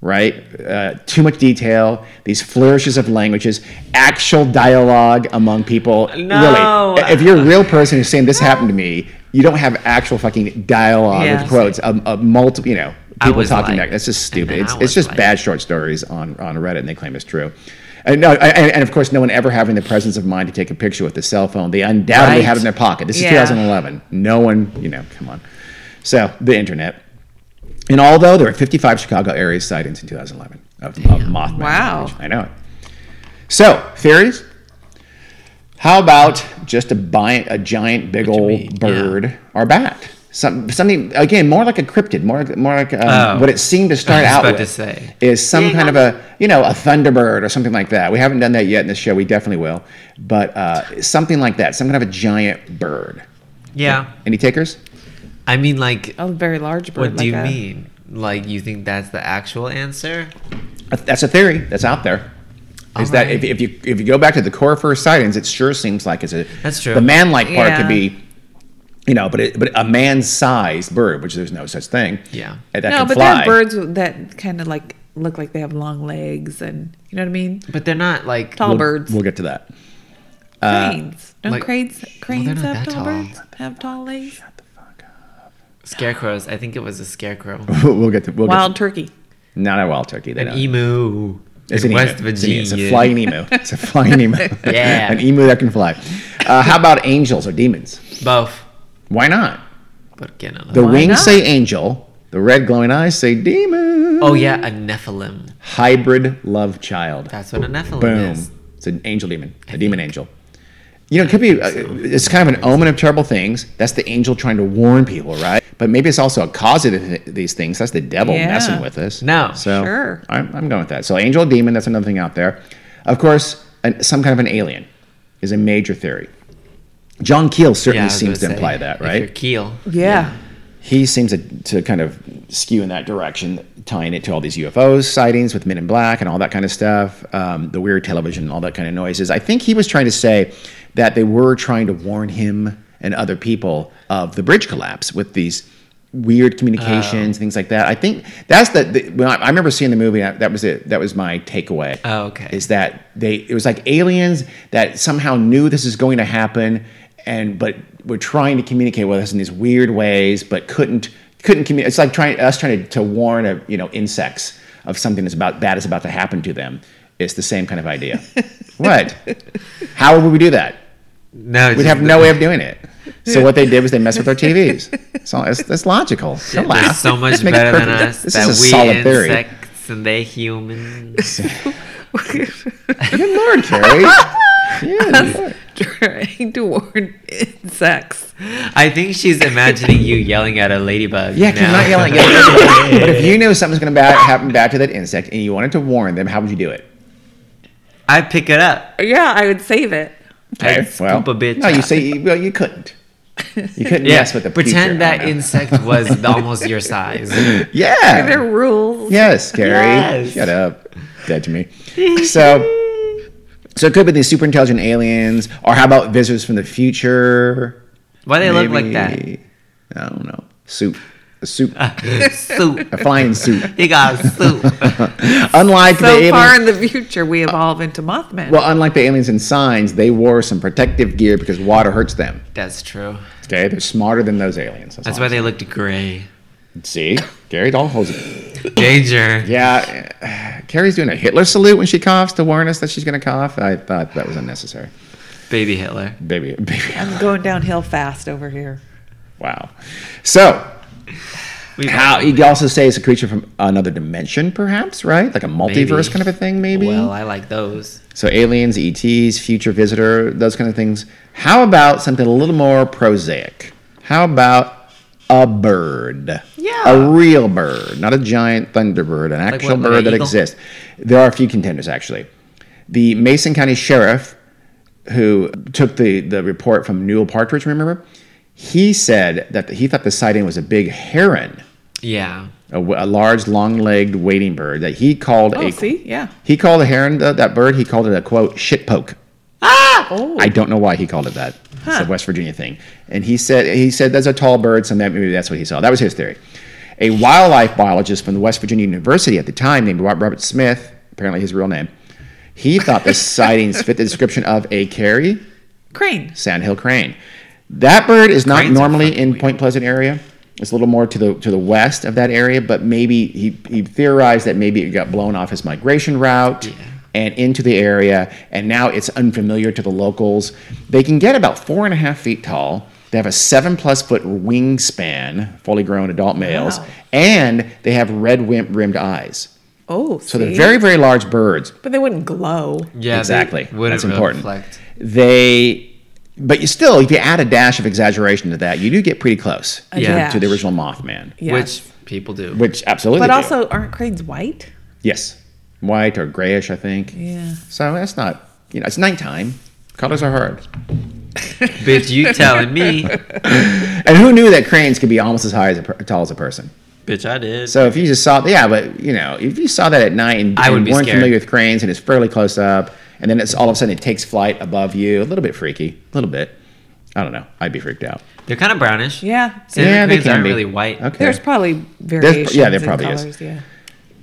B: right? Uh, too much detail, these flourishes of languages, actual dialogue among people.
C: No.
B: Really, if you're a real person who's saying this happened to me, you don't have actual fucking dialogue
A: Yes.
B: with quotes, a, a multiple, you know,
C: I
B: people
C: was
B: talking
C: like-
B: back. That's just
C: and
B: stupid.
C: then
B: It's,
C: I
B: it's
C: was
B: just
C: like-
B: bad short stories on, on Reddit, and they claim it's true. And, no, and, and of course, no one ever having the presence of mind to take a picture with the cell phone. They undoubtedly
C: Right.
B: had it in their pocket. This
A: Yeah.
B: is 2011. No one, you know, come on. So the internet. And although there were 55 Chicago area sightings in 2011 of, of Mothman.
A: Wow.
B: which I know it. So theories. How about just a, bi- a giant, big old
C: mean,
B: bird or bat? Some, something again, more like a cryptid, more like- more like um,
C: Oh.
B: what it seemed to start
C: was
B: out
C: about
B: with
C: to say.
B: is some kind of a you know a thunderbird or something like that. We haven't done that yet in this show. We definitely will, but uh, something like that, some kind of a giant bird.
C: Yeah.
B: Any takers?
C: I mean like
A: A very large bird.
C: what do
A: Oh, like
C: you
A: a-
C: mean? Like you think that's the actual answer?
B: Uh, That's a theory that's out there. Is that if,
C: Alright.
B: if you if you go back to the core first sightings, it sure seems like it's a
C: That's true.
B: The man-like part
A: Yeah.
B: could be, you know, but it, but a man-sized bird, which there's no such thing.
C: Yeah.
B: and that
A: no,
B: can
A: but there
B: fly.
A: are birds that kind of like look like they have long legs and you know what I mean?
C: But they're not like
A: Tall
B: We'll,
A: birds.
B: We'll get to that. *laughs* Uh,
A: cranes. Don't
C: like-
A: cranes cranes
C: not
A: have
C: that
A: tall,
C: tall.
A: birds? Have tall legs?
C: scarecrows. I think it was a scarecrow.
B: we'll get to we'll
A: Wild
B: wild.
A: turkey.
B: Get, not a wild turkey. They
C: An
B: don't.
C: emu.
B: It's
C: in
B: an
C: West
B: emu. It's an-
C: Virginia.
B: It's a flying emu. It's a flying
C: *laughs*
B: emu. *laughs*
C: Yeah.
B: an emu that can fly. Uh, how about angels or demons?
C: Both.
B: Why not?
C: But again, I don't
B: The
C: know.
B: wings
A: not?
B: say angel. The red glowing eyes say demon.
C: oh yeah, a Nephilim.
B: Hybrid love child.
C: That's what a Nephilim
B: Boom.
C: is.
B: It's an angel demon, a demon angel. You know, it could be, uh, it's kind of an omen of terrible things. That's the angel trying to warn people, right? But maybe it's also a cause of th- these things. That's the devil
A: Yeah.
B: messing with us.
C: No,
B: So
A: sure.
B: I'm, I'm going with that. So angel, demon, that's another thing out there. Of course, an, some kind of an alien is a major theory. John Keel certainly
C: I was
B: seems to
C: gonna say,
B: imply that,
C: if
B: right?
C: you're keel.
A: Yeah.
B: he seems to, to kind of skew in that direction, tying it to all these UFOs sightings with Men in Black and all that kind of stuff, um, the weird television, and all that kind of noises. I think he was trying to say that they were trying to warn him and other people of the bridge collapse with these weird
C: Oh.
B: communications, things like that. I think that's the, the when I, I remember seeing the movie. I, that was it. That was my takeaway.
C: Oh, okay.
B: Is that they? It was like aliens that somehow knew this is going to happen, and but were trying to communicate with us in these weird ways, but couldn't couldn't communicate. It's like trying us trying to, to warn of you know insects of something that's about bad is about to happen to them. It's the same kind of idea. what? How would we do that?
C: No,
B: We'd have no way of doing it. So what they did was they messed with our TVs. So it's, it's logical. Don't
C: They're
B: laugh.
C: so much
B: Let's make it
C: better than
B: perfect.
C: us.
B: This
C: that
B: is a
C: we
B: solid theory.
C: insects and they humans.
A: *laughs*
B: Good lord,
C: *laughs*
B: Carrie. Yeah, good lord.
A: trying to warn insects.
C: I think she's imagining you yelling at a ladybug.
B: yeah, 'cause you're
C: now.
B: not yelling. at everybody. but if you knew something's going to bad, happen bad to that insect and you wanted to warn them, how would you do it?
C: *laughs* I pick it up.
A: Yeah, I would save it.
B: Okay,
C: I'd scoop a bitch
B: no, you
C: up.
B: say you, well, you couldn't. You
C: *laughs*
B: couldn't
C: Yeah,
B: mess with the
C: pretend
B: creature. I
C: that
B: don't know.
C: insect was almost your size.
A: Are there
B: *laughs* Yeah.
A: rules?
B: Yes, Carrie.
C: Yes.
B: Shut up. Dead
C: *laughs*
B: to me. So. So it could be these super intelligent aliens, or how about visitors from the future?
C: Why they look like that?
B: Maybe- I don't know. Soup. A soup.
C: *laughs* soup.
B: A flying soup.
C: They got soup. *laughs*
B: Unlike the
A: So
B: aliens.
A: far in the future, we evolve into Mothman.
B: well, unlike the aliens in signs, they wore some protective gear because water hurts them.
C: That's true.
B: Okay, they're smarter than those aliens.
C: That's
B: all
C: why
B: I'm
C: they looked gray.
B: saying. see Gary Doll holds it.
C: Danger.
B: Yeah, eh, Carrie's doing a Hitler salute when she coughs to warn us that she's gonna cough. I thought that was unnecessary.
C: Baby Hitler.
B: Baby, baby.
A: I'm going downhill fast over here.
B: Wow. So
C: We
B: how you could also say it's a creature from another dimension, perhaps, right? Like a multiverse
C: Maybe.
B: kind of a thing, maybe.
C: Well, I like those.
B: So aliens, ETs, future visitor, those kind of things. How about something a little more prosaic? How about a bird?
A: Yeah.
B: A real bird, not a giant thunderbird, an
C: what,
B: actual
C: like
B: bird
C: an
B: that
C: eagle?
B: exists. There are a few contenders actually. The Mason County Sheriff, who took the, the report from Newell Partridge, remember? He said that he thought the sighting was a big heron,
C: Yeah.
B: a, w- a large, long-legged wading bird that he called
A: Oh,
B: a
A: see, yeah.
B: he called a heron uh, that bird. He called it a quote shit poke.
A: Oh,
B: I don't know why he called it that. It's a West Virginia thing. And he said he said that's a tall bird, so that- maybe that's what he saw. That was his theory. A wildlife biologist from the West Virginia University at the time, named Rob- Robert Smith, apparently his real name, he thought the sightings fit the description of a Carey
A: crane.
B: sandhill crane. That bird is not
C: Cranes are
B: normally
C: fucking
B: in
C: weird.
B: Point Pleasant area. It's a little more to the to the west of that area, but maybe he, he theorized that maybe it got blown off his migration route and into the area, and now it's unfamiliar to the locals. They can get about four and a half feet tall. They have a seven plus foot wingspan, fully grown adult males,
A: Wow.
B: and they have red wim- rimmed eyes.
A: Oh,
B: So they're very very large birds.
A: But they wouldn't glow.
C: Yeah. they
B: Exactly.
C: wouldn't
B: That's important.
C: reflect.
B: They, but you still, if you add a dash of exaggeration to that, you do get pretty close
C: Yeah.
A: Uh, yeah.
B: to the original Mothman,
A: Yeah.
C: Which people do.
B: which absolutely.
A: but
B: do.
A: also, aren't cranes white?
B: yes, white or grayish, I think.
A: Yeah.
B: So that's not, you know, it's nighttime. Colors are hard.
C: Bitch, you telling me?
B: And who knew that cranes could be almost as high as a per- tall as a person?
C: Bitch, I did.
B: So if you just saw, yeah, but you know, if you saw that at night and,
C: I would
B: and
C: be
B: weren't
C: scared.
B: familiar with cranes and it's fairly close up, and then it's all of a sudden it takes flight above you, a little bit freaky, a little bit. I don't know. I'd be freaked out.
C: They're kind of brownish.
A: Yeah.
C: Sandhill
B: Yeah, they
C: cranes
B: can
C: aren't
B: be.
C: really white.
B: Okay.
A: There's probably variations.
B: yeah,
A: yeah,
B: there
A: there
B: probably is.
A: colors, Yeah.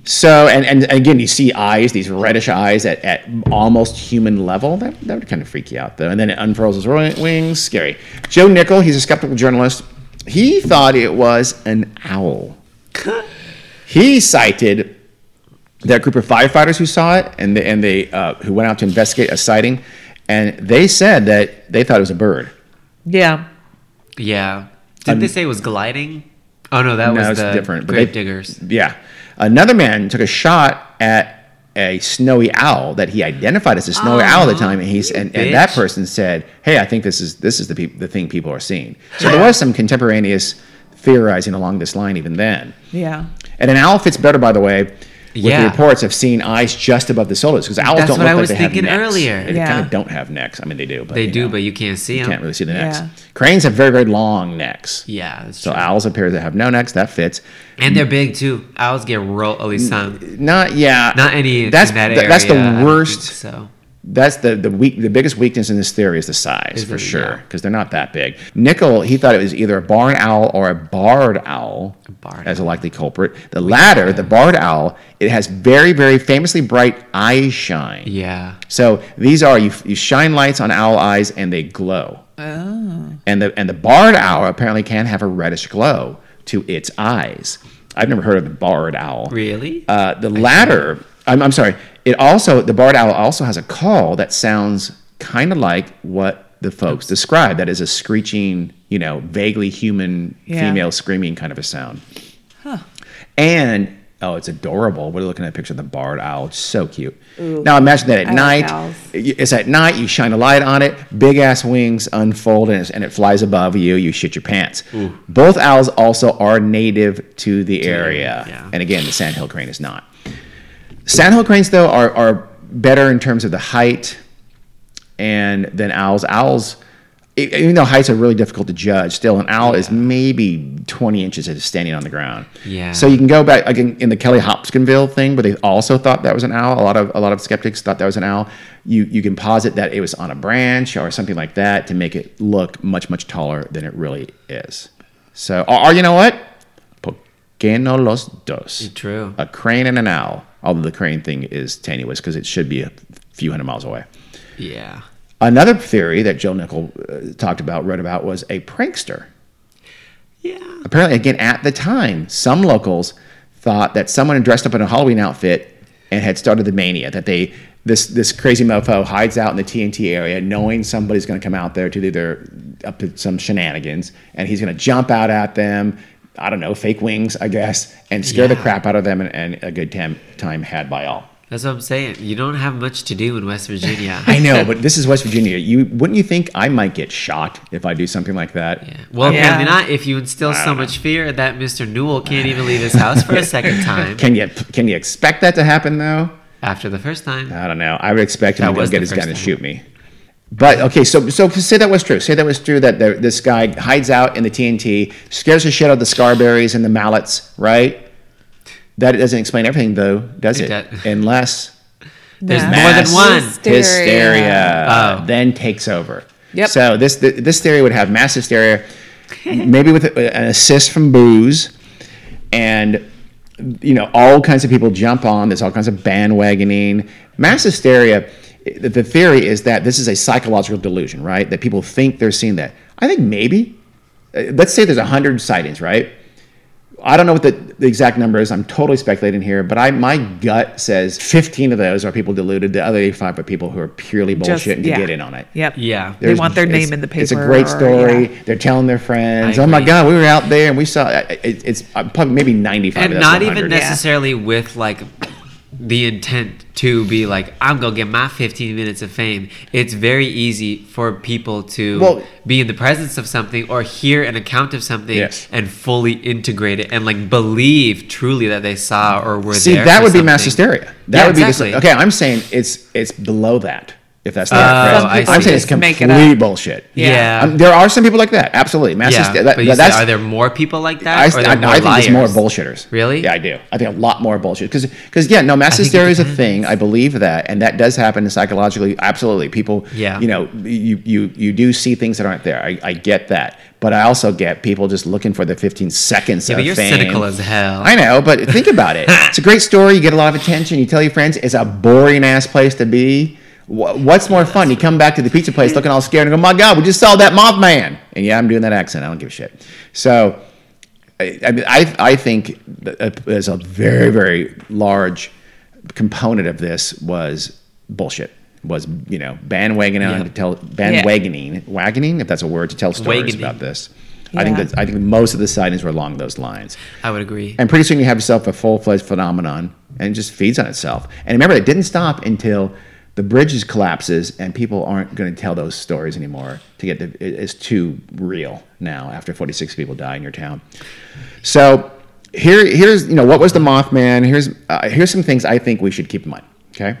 B: So, and, and again, you see eyes, these reddish eyes at, at almost human level. That, that would kind of freak you out, though. And then it unfurls his wi- wings. Scary. Joe Nickel, he's a skeptical journalist. He thought it was an owl. he cited that group of firefighters who saw it and they, and they uh, who went out to investigate a sighting, and they said that they thought it was a bird.
A: Yeah.
C: Yeah. Didn't
B: Um,
C: they say it was gliding? Oh no, that
B: No,
C: was
B: it's
C: the
B: different, but
C: grave
B: they-
C: diggers.
B: Yeah. Another man took a shot at a snowy owl that he identified as a snowy
C: Aw,
B: owl at the time, and he's and, and that
C: bitch.
B: person said, "Hey, I think this is this is the peop the thing people are seeing." So there was some contemporaneous theorizing along this line even then.
A: Yeah.
B: And an owl fits better, by the way, with
C: Yeah.
B: the reports of seeing eyes just above the solos because owls
C: That's
B: don't
C: what
B: look
C: I
B: like
C: was
B: they have
C: thinking
B: necks.
C: earlier.
B: They
A: Yeah.
B: kind of don't have necks. I mean, they do, but
C: They
B: you
C: do,
B: know,
C: but you can't see
B: you
C: them.
B: can't really see the necks.
A: Yeah.
B: Cranes have very very long necks.
C: Yeah. that's
B: So
C: true.
B: owls appear to have no necks. That fits.
C: and they're big too. Owls get rolled at least some.
B: Not yeah.
C: Not any.
B: Mm, uh, That's
C: in that
B: th- that's the
C: area, I don't
B: worst
C: think So
B: That's the the weak the biggest weakness in this theory is the size for
C: it?
B: sure because they're not that big. Nickel he thought it was either a barn owl or a barred owl
C: barred
B: as a likely culprit. The latter, the barred owl, it has very very famously bright eye shine.
C: Yeah.
B: So these are you, you shine lights on owl eyes and they glow.
C: Oh.
B: And the and the barred owl apparently can have a reddish glow to its eyes. I've never heard of the barred owl.
C: Really?
B: Uh, the latter, I'm, I'm sorry. It also the barred owl also has a call that sounds kind of like what the folks describe. That is a screeching, you know, vaguely human
A: Yeah.
B: female screaming kind of a sound. And oh, it's adorable. We're looking at a picture of the barred owl. It's so cute. Now imagine that at
A: I like
B: night.
A: owls.
B: it's at night. You shine a light on it. Big ass wings unfold and, it's- and it flies above you. You shit your pants. Both owls also are native to the area.
C: yeah.
B: And again, the sandhill crane is not. Sandhill cranes though are are better in terms of the height and than owls. Owls, e- even though heights are really difficult to judge, still an owl is maybe 20 inches of standing on the ground.
C: Yeah.
B: So you can go back like in, in the Kelly Hopkinsville thing, but they also thought that was an owl. A lot of a lot of skeptics thought that was an owl. You you can posit that it was on a branch or something like that to make it look much much taller than it really is. So or, or you know what? Pequeño los dos.
C: True.
B: A crane and an owl. Although the crane thing is tenuous because it should be a few hundred miles away.
C: Yeah.
B: Another theory that Joe Nickel uh, talked about, wrote about, was a prankster.
C: Yeah.
B: Apparently, again, at the time, some locals thought that someone dressed up in a Halloween outfit and had started the mania. That they this this crazy mofo hides out in the TNT area, knowing somebody's going to come out there to do their up to some shenanigans, and he's going to jump out at them. I don't know, fake wings, I guess, and scare the
C: Yeah.
B: crap out of them, and, and a good tam- time had by
C: *laughs*
B: all.
C: That's what I'm saying. You don't have much to do in West
B: *laughs*
C: Virginia.
B: I know, but this is West Virginia. You wouldn't you think I might get shot if I do something like that?
C: Yeah. Well,
A: Yeah.
C: apparently not. If you instill so much fear that Mr. Newell can't even leave his house for
B: *laughs*
C: a second time
B: Can you can you expect that to happen though?
C: after the first time,
B: I don't know. I would expect
C: That
B: him to go
C: was
B: get
C: the
B: his
C: first
B: gun and
C: time.
B: shoot me. But okay, so so say that was true. Say that was true that there, this guy hides out in the TNT, scares the shit out of the Scarberries and the Mallets, right? That doesn't explain everything though, does it?
C: It do-
B: Unless
C: there's
A: Yeah.
C: more than
B: Mass
C: one.
A: Hysteria.
B: hysteria
C: Oh.
B: then takes over.
A: Yep.
B: So this th- this theory would have mass hysteria, maybe with a- an assist from booze, and you know all kinds of people jump on. There's all kinds of bandwagoning. Mass hysteria. i- The the theory is that this is a psychological delusion, right? That people think they're seeing that. I think maybe. uh, Let's say there's hundred sightings, right? I don't know what the, the exact number is. I'm totally speculating here, but I my gut says 15 of those are people deluded. The other 85 are people who are purely bullshit
A: Just-
B: and to
A: yeah.
B: get in on it.
A: Yep.
C: Yeah.
A: They want their
B: it's-
A: name in the paper.
B: It's a great
A: or-
B: story.
A: yeah.
B: They're telling their friends,
C: I
B: "Oh my
C: agree.
B: god, we were out there and we saw." It, it- it's uh, probably maybe 95.
C: and
B: of those
C: not
B: 100.
C: even necessarily with like the intent to be like i'm gonna get my 15 minutes of fame it's very easy for people to
B: Well-
C: be in the presence of something or hear an account of something
B: Yes.
C: and fully integrate it and like believe truly that they saw or were
B: See,
C: there
B: that
C: for
B: would be mass
C: something.
B: hysteria. That
C: Yeah,
B: would be
C: exactly.
B: this, okay. I'm saying it's it's below that. If that's not
C: Oh,
B: correct.
C: Some people
B: I'm saying it's
A: just make it
B: complete
A: up.
B: bullshit.
C: yeah yeah,
B: Um, there are some people like that. Absolutely, mass hysteria. That-
C: but you
B: that's-
C: say, are there more people like that
B: I,
C: or are there
B: I,
C: more
B: I think it's more
C: liars?
B: bullshitters.
C: Really?
B: Yeah, I do. I think a lot more bullshit. Because, yeah, no, mass
C: think it
B: hysteria is a
C: depends.
B: thing. I believe that, and that does happen psychologically. Absolutely, people.
C: Yeah.
B: You know, you you you do see things that aren't there. I, I get that, but I also get people just looking for the 15 seconds.
C: yeah
B: of
C: but you're
B: fame.
C: cynical as hell
B: I know, but
C: *laughs*
B: think about it. It's a great story. You get a lot of attention. You tell your friends. It's a boring ass place to be. Wh- What's more fun? You come back to the pizza place looking all scared and go, "My God, we just saw that Mothman!" And yeah, I'm doing that accent. I don't give a shit. So, I I mean, I, I think th- uh, there's a very very large component of this was bullshit. Was you know bandwagoning on
C: Yeah.
B: to tell bandwagoning wagoning if that's a word to tell stories
C: Wagoning.
B: about this. I think
A: Yeah.
B: that I think most of the sightings were along those lines.
C: I would agree
B: And pretty soon you have yourself a full fledged phenomenon and it just feeds on itself. And remember, it didn't stop until the bridges collapses and people aren't going to tell those stories anymore to get the, it- it's too real now after 46 people die in your town. So here, here's, you know, what was the Mothman? Here's, uh, here's some things I think we should keep in mind. Okay.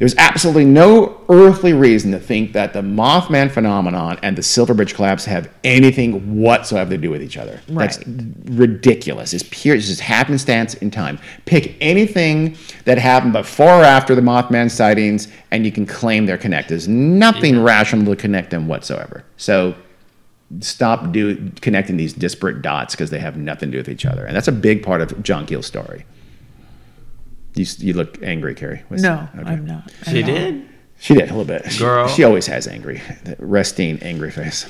B: There's absolutely no earthly reason to think that the Mothman phenomenon and the Silver Bridge collapse have anything whatsoever to do with each other. That's ridiculous. It's pure, it's just happenstance in time. Pick anything that happened before or after the Mothman sightings, and you can claim they're connected. There's nothing rational to connect them whatsoever. So stop do, connecting these disparate dots because they have nothing to do with each other. And that's a big part of John Keel's story. You, s- you look angry, Carrie. What's-
A: No,
B: okay.
A: I'm not. at
C: She
A: all.
C: did.
B: She did a little bit. She-
C: Girl.
B: She, always has angry, that resting angry face.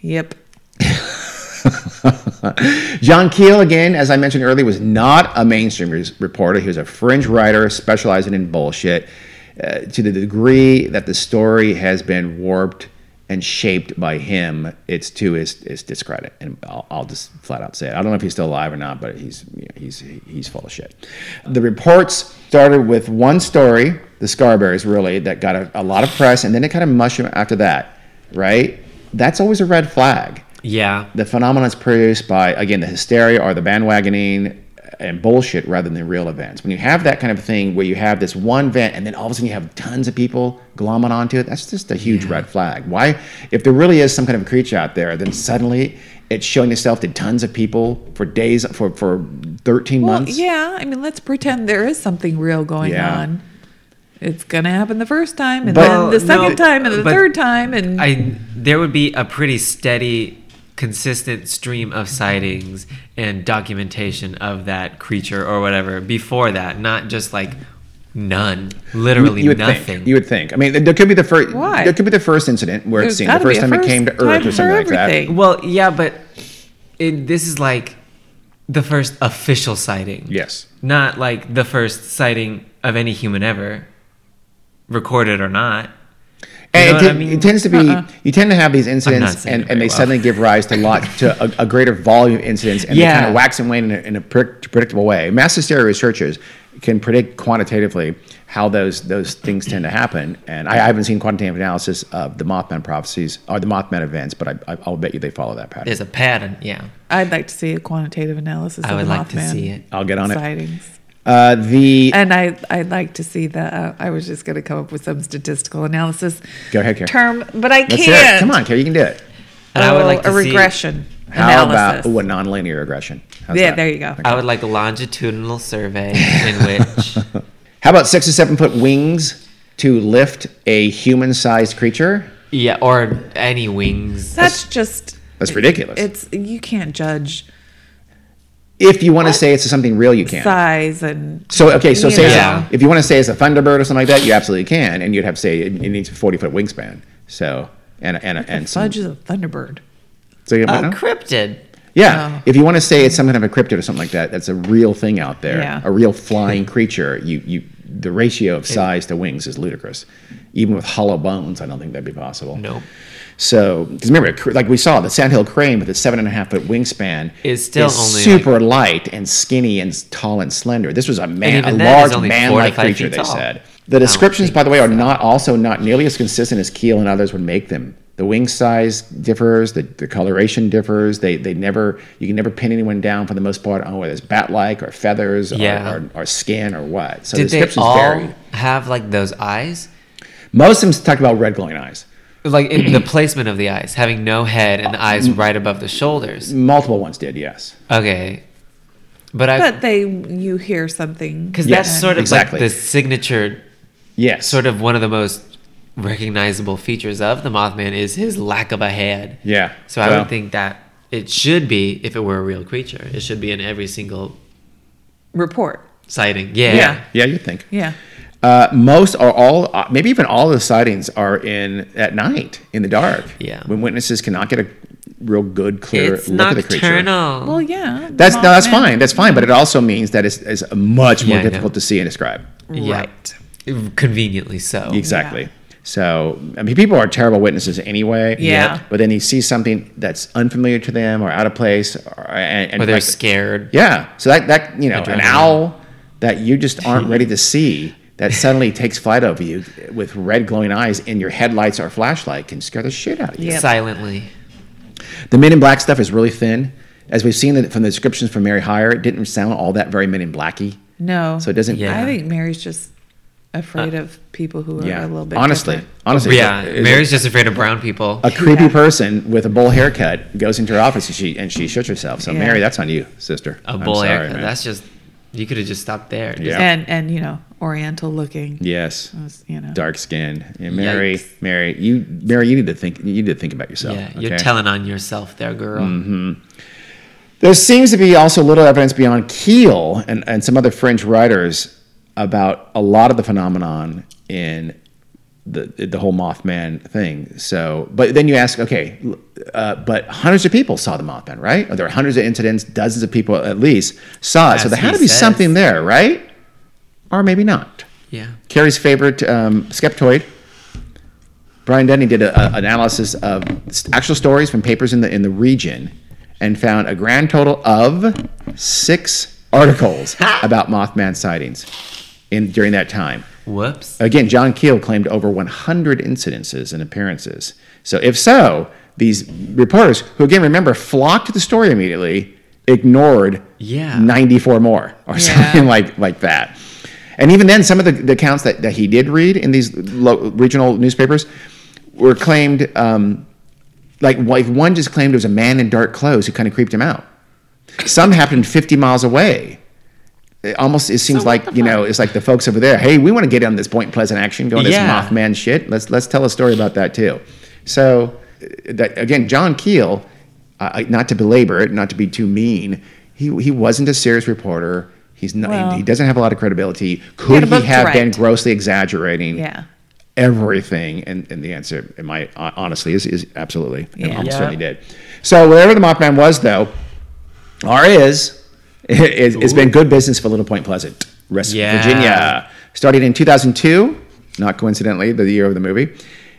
A: Yep.
B: John Keel, again, as I mentioned earlier, was not a mainstream res- reporter. He was a fringe writer specializing in bullshit uh, to the degree that the story has been warped and shaped by him. It's to his, his discredit, and I'll, I'll just flat out say it. I don't know if he's still alive or not, but he's you know, he's he's full of shit. The reports started with one story, the Scarberries, really, that got a, a lot of press, and then it kind of mushroomed after that, right? That's always a red flag
C: Yeah.
B: the phenomenon is produced by again the hysteria or the bandwagoning and bullshit rather than real events. When you have that kind of thing where you have this one event and then all of a sudden you have tons of people glomming onto it, that's just a huge red flag. Why, if there really is some kind of creature out there, then suddenly it's showing itself to tons of people for days for for thirteen
A: Well,
B: months.
A: yeah. I mean, let's pretend there is something real going
B: Yeah.
A: on. It's gonna happen the first time, and
B: But-
A: then the
C: Well, no,
A: second time, and the
C: but-
A: third time, and
C: I there would be a pretty steady, consistent stream of sightings and documentation of that creature or whatever before that, not just like none, literally
B: you would
C: nothing.
B: think. You would think. I mean, there could be the first.
A: Why?
B: There could be the first incident where it's
A: There's
B: seen the
A: gotta
B: first
A: be a
B: time it came to
A: first
B: Earth
A: time
B: or something
A: for
B: like that.
A: everything.
C: Well, yeah, but it, this is like the first official sighting.
B: Yes.
C: Not like the first sighting of any human ever, recorded or not.
B: And
C: know
B: it,
C: what I
B: ten-
C: mean?
B: it tends to be
A: Uh-uh.
B: you tend to have these
C: not
B: incidents,
C: saying
B: and,
C: it
B: and they
C: very well.
B: suddenly give rise to lot to a, a greater volume of incidents, and they
C: Yeah.
B: kind of wax and wane in a, in a predict- predictable way. Mass hysteria researchers can predict quantitatively how those those things tend to happen, and I, I haven't seen quantitative analysis of the Mothman prophecies or the Mothman events, but I, I, I'll bet you they follow that pattern.
C: There's a pattern. Yeah.
A: I'd like to see a quantitative analysis.
C: I
A: of
C: would
A: the
C: like to
A: Mothman
C: see it.
B: I'll get on it.
A: sightings.
B: Uh, the
A: And I, I'd like to see the. Uh, I was just going to come up with some statistical analysis.
B: Go ahead, Karen.
A: Term, but I
B: let's
A: can't.
B: hear it. Come on, Carrie, you can do it.
C: And I would
A: Oh,
C: like to
A: a
C: see-
A: regression
B: How
A: analysis.
B: about ooh, a nonlinear regression? How's
A: yeah,
B: that?
A: there you go.
C: I would like a longitudinal survey in which
B: How about six to seven foot wings to lift a human sized creature?
C: yeah, or any wings.
A: That's just.
B: That's ridiculous.
A: It's you can't judge
B: If you want to say it's something real, you can.
A: size and
B: So okay, so
A: You
B: say it's-
C: know.
B: if you want to say it's a thunderbird or something like that, you absolutely can, and you'd have to say it, it needs a forty foot wingspan. So and and and some,
A: fudge is a thunderbird.
B: so you
C: a
B: know?
C: cryptid.
B: yeah,
A: Oh.
B: if you want to say it's some kind of a cryptid or something like that, that's a real thing out there,
A: Yeah.
B: a real flying creature. You you the ratio of size to wings is ludicrous. Even with hollow bones, I don't think that'd be possible.
C: Nope.
B: So, because remember, cr- like we saw, the sandhill crane with its seven and a half foot wingspan
C: Is still only,
B: super light and skinny and s- tall and slender. This was a man, a
C: even then, it's
B: large
C: only four to
B: man-like
C: five
B: creature.
C: feet
B: They
C: tall.
B: said the descriptions, by the way, are not also not nearly as consistent as Keel and others would make them. The wing size differs, the, the coloration differs. They they never you can never pin anyone down for the most part on whether it's bat-like or feathers
C: Yeah.
B: or, or, or skin or what. So
C: Did
B: the
C: they
B: descriptions
C: all
B: vary.
C: have like those eyes?
B: Most of them talk about red glowing eyes.
C: Like *clears throat* in the placement of the eyes, having no head and the
B: Mm.
C: eyes right above the shoulders.
B: Multiple ones did, yes.
C: Okay, but I
A: But they, you hear something
C: because
B: Yes,
C: that's sort of
B: exactly.
C: like the signature,
B: Yes.
C: sort of one of the most recognizable features of the Mothman is his lack of a head.
B: Yeah.
C: So I
B: Well-
C: would think that it should be if it were a real creature, it should be in every single
A: report.
C: sighting. Yeah.
B: Yeah. Yeah, you'd think.
A: Yeah,
B: Uh, most or all, uh, maybe even all of the sightings are in at night in the dark.
C: Yeah.
B: When witnesses cannot get a real good, clear
C: It's
B: look at the creature.
C: nocturnal.
A: well, yeah.
B: That's no, that's
A: Mothman.
B: fine. That's fine. But it also means that it's, it's much more
C: Yeah, I know.
B: difficult to see and describe.
C: Yeah.
A: Right.
C: Conveniently so.
B: Exactly. So I mean, people are terrible witnesses anyway.
A: Yeah. Yep.
B: But then you see something that's unfamiliar to them or out of place, or, and, and
C: Or they're
B: like-
C: scared.
B: Yeah. So that that you know an
C: Adrenaline.
B: owl that you just
C: *laughs*
B: aren't ready to see that suddenly takes flight over you with red glowing eyes in your headlights or flashlight can scare the shit out of you.
A: Yep.
C: Silently.
B: The Men in Black stuff is really thin. As we've seen from the descriptions from Mary Heyer, it didn't sound all that very Men in Blacky.
A: No,
B: So it doesn't.
C: Yeah. Uh,
A: I think Mary's just afraid of people who are
B: Yeah.
A: a little bit
B: honestly,
A: different.
B: honestly.
C: yeah,
B: it- it-
C: Mary's just afraid of brown people.
B: a creepy
A: Yeah.
B: person with a bowl haircut goes into her office and she and she shuts herself. So
A: Yeah.
B: Mary, that's on you, sister.
C: A
B: I'm
C: bowl
B: sorry,
C: haircut.
B: man.
C: Oh, That's just you could have just stopped there. Just-
B: Yeah.
A: and and you know oriental looking
B: yes.
A: you know
B: Dark skin. Yeah, Mary,
C: Yikes.
B: Mary, you Mary, you need to think you need to think about yourself.
C: yeah, you're
B: okay? Mm-hmm.
C: telling on yourself there, girl.
B: There seems to be also little evidence beyond Keel and, and some other French writers about a lot of the phenomenon in the the whole Mothman thing. So, but then you ask, okay, l- uh, but hundreds of people saw the Mothman, right? Or there are hundreds of incidents, dozens of people at least saw it. so
C: As
B: there had
C: he
B: to be
C: says.
B: something there, right? Or maybe not.
C: Yeah.
B: Carrie's favorite um, skeptoid. Brian Denny did a- a- an analysis of s- actual stories from papers in the in the region, and found a grand total of six articles about Mothman sightings in during that time.
C: Whoops.
B: Again, John Keel claimed over 100 incidences and appearances. So, if so, these reporters, who again remember flocked to the story immediately, ignored
C: Yeah.
B: 94 more or something *laughs* like like that. And even then, some of the, the accounts that, that he did read in these lo- regional newspapers were claimed, um, like, like one just claimed it was a man in dark clothes who kind of creeped him out. Some happened 50 miles away. It almost it seems like you know it's like the folks over there. Hey, we want to get on this Point Pleasant action, go on
C: Yeah.
B: this Mothman shit. Let's let's tell a story about that too. So uh, that again, John Keel, uh, I- not to belabor it, not to be too mean, he he wasn't a serious reporter. He's not.
A: Well-
B: he doesn't have a lot of credibility.
A: had
B: Could
A: a
B: he
A: book to
B: have been
A: write.
B: grossly exaggerating
A: yeah
B: everything? And, and the answer, in my uh, honestly, is is absolutely. And
A: Yeah.
B: almost
C: Yeah.
B: certainly did. So wherever the Mothman was, though, or is, *laughs* it, it's been good business for Little Point Pleasant, West
C: Yeah.
B: Virginia. Started in 2002, not coincidentally, the year of the movie,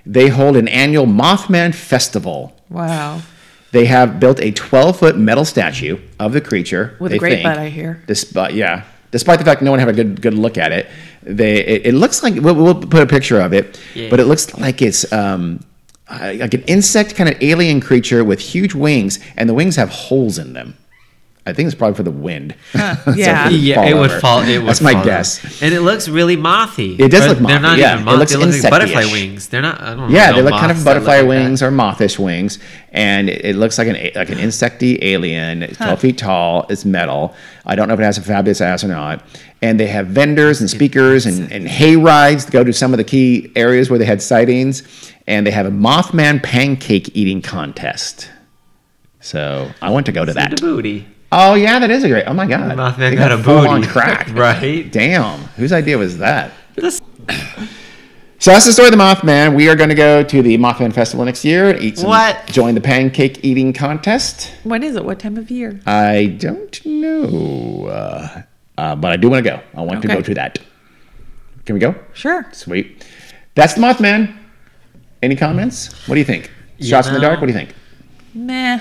B: they hold an annual Mothman Festival.
A: wow
B: They have built a 12 foot metal statue of the creature.
A: With a
B: they
A: great butt, I hear.
B: Despite, yeah. Despite the fact no one had a good good look at it, they it, it looks like we'll, we'll put a picture of it, but it looks like it's um, uh, like an insect kind of alien creature with huge wings, and the wings have holes in them. I think it's probably for the wind. *laughs* So
A: yeah.
B: it'd
C: Yeah, it would
B: over.
C: fall. It would
B: That's my
C: fall over.
B: guess.
C: And it looks really mothy.
B: It does
C: Or
B: look
C: They're
B: mothy,
C: not
B: yeah.
C: even
B: It
C: moth.
B: looks
C: They look like butterfly
B: insect-ish.
C: wings. They're not. I don't
B: Yeah,
C: know.
B: they look kind
C: moths
B: of
C: that look
B: butterfly
C: like that.
B: wings or mothish wings, and it, it looks like an a- like an insecty alien. It's twelve feet tall. It's metal. I don't know if it has a fabulous ass or not. And they have vendors and speakers and, and hay rides to go to some of the key areas where they had sightings, and they have a Mothman pancake eating contest. So I want to go to
C: And
B: that.
C: a booty.
B: Oh yeah, that is a great. Oh my god,
C: Mothman
B: They
C: got a
B: full-on
C: booty.
B: crack,
C: *laughs* Right?
B: Damn, whose idea was that?
C: This-
B: So that's the story of the Mothman. We are going to go to the Mothman Festival next year. Eat some,
C: What?
B: Join the pancake eating contest.
A: when is it what time of year
B: I don't know, uh, uh, but I do want to go. I want to
A: Okay.
B: go to that. Can we go?
A: sure
B: Sweet. That's the Mothman. Any comments? What do you think? Shots in the
C: know-
B: dark. What do you think?
A: meh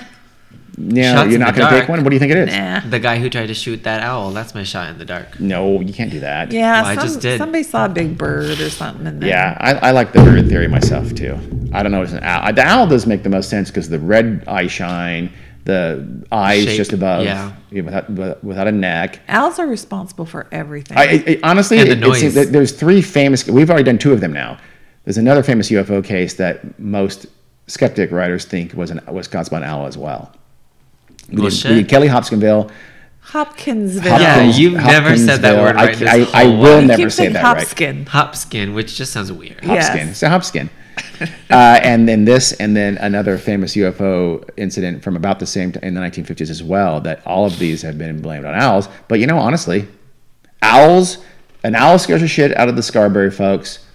B: No,
C: Shots
B: you're
C: in
B: not
C: the
B: going to take
C: dark.
B: one. What do you think it is?
A: nah
C: The guy who tried to shoot that owl. That's my shot in the dark.
B: No, you can't do that.
A: yeah
C: Well, I
A: some,
C: just did.
A: somebody saw a big bird or something in there.
B: Yeah, I, I like the bird theory myself too. I don't know. It's an owl. The owl does make the most sense because the red eye shine, the eyes
C: Shape,
B: just above,
C: yeah.
B: you know, without with- without a neck.
A: owls are responsible for everything
B: I, I- I- honestly,
C: And the
B: it- it seems
C: noise.
B: that there's three famous. We've already done two of them now. There's another famous UFO case that most skeptic writers think was an was caused by an owl as well. We,
C: Well,
B: did,
C: shit.
B: we did Kelly Hopkinsville.
A: hopkinsville
C: Yeah,
B: Hopkins-
C: you've never said that word
B: Hopkinsville. I ca-
C: right this
B: I, I,
C: whole
B: will
C: while.
A: you
B: never
A: keep
B: say
A: saying
B: that right.
A: hopskin
C: Hopskin, which just sounds weird.
A: Yeah.
B: Hopskin. It's a hopskin. *laughs* uh, and then this, and then another famous UFO incident from about the same time in the 1950s as well. That all of these have been blamed on owls. But you know, honestly, owls, an owl scares the shit out of the Scarberry folks.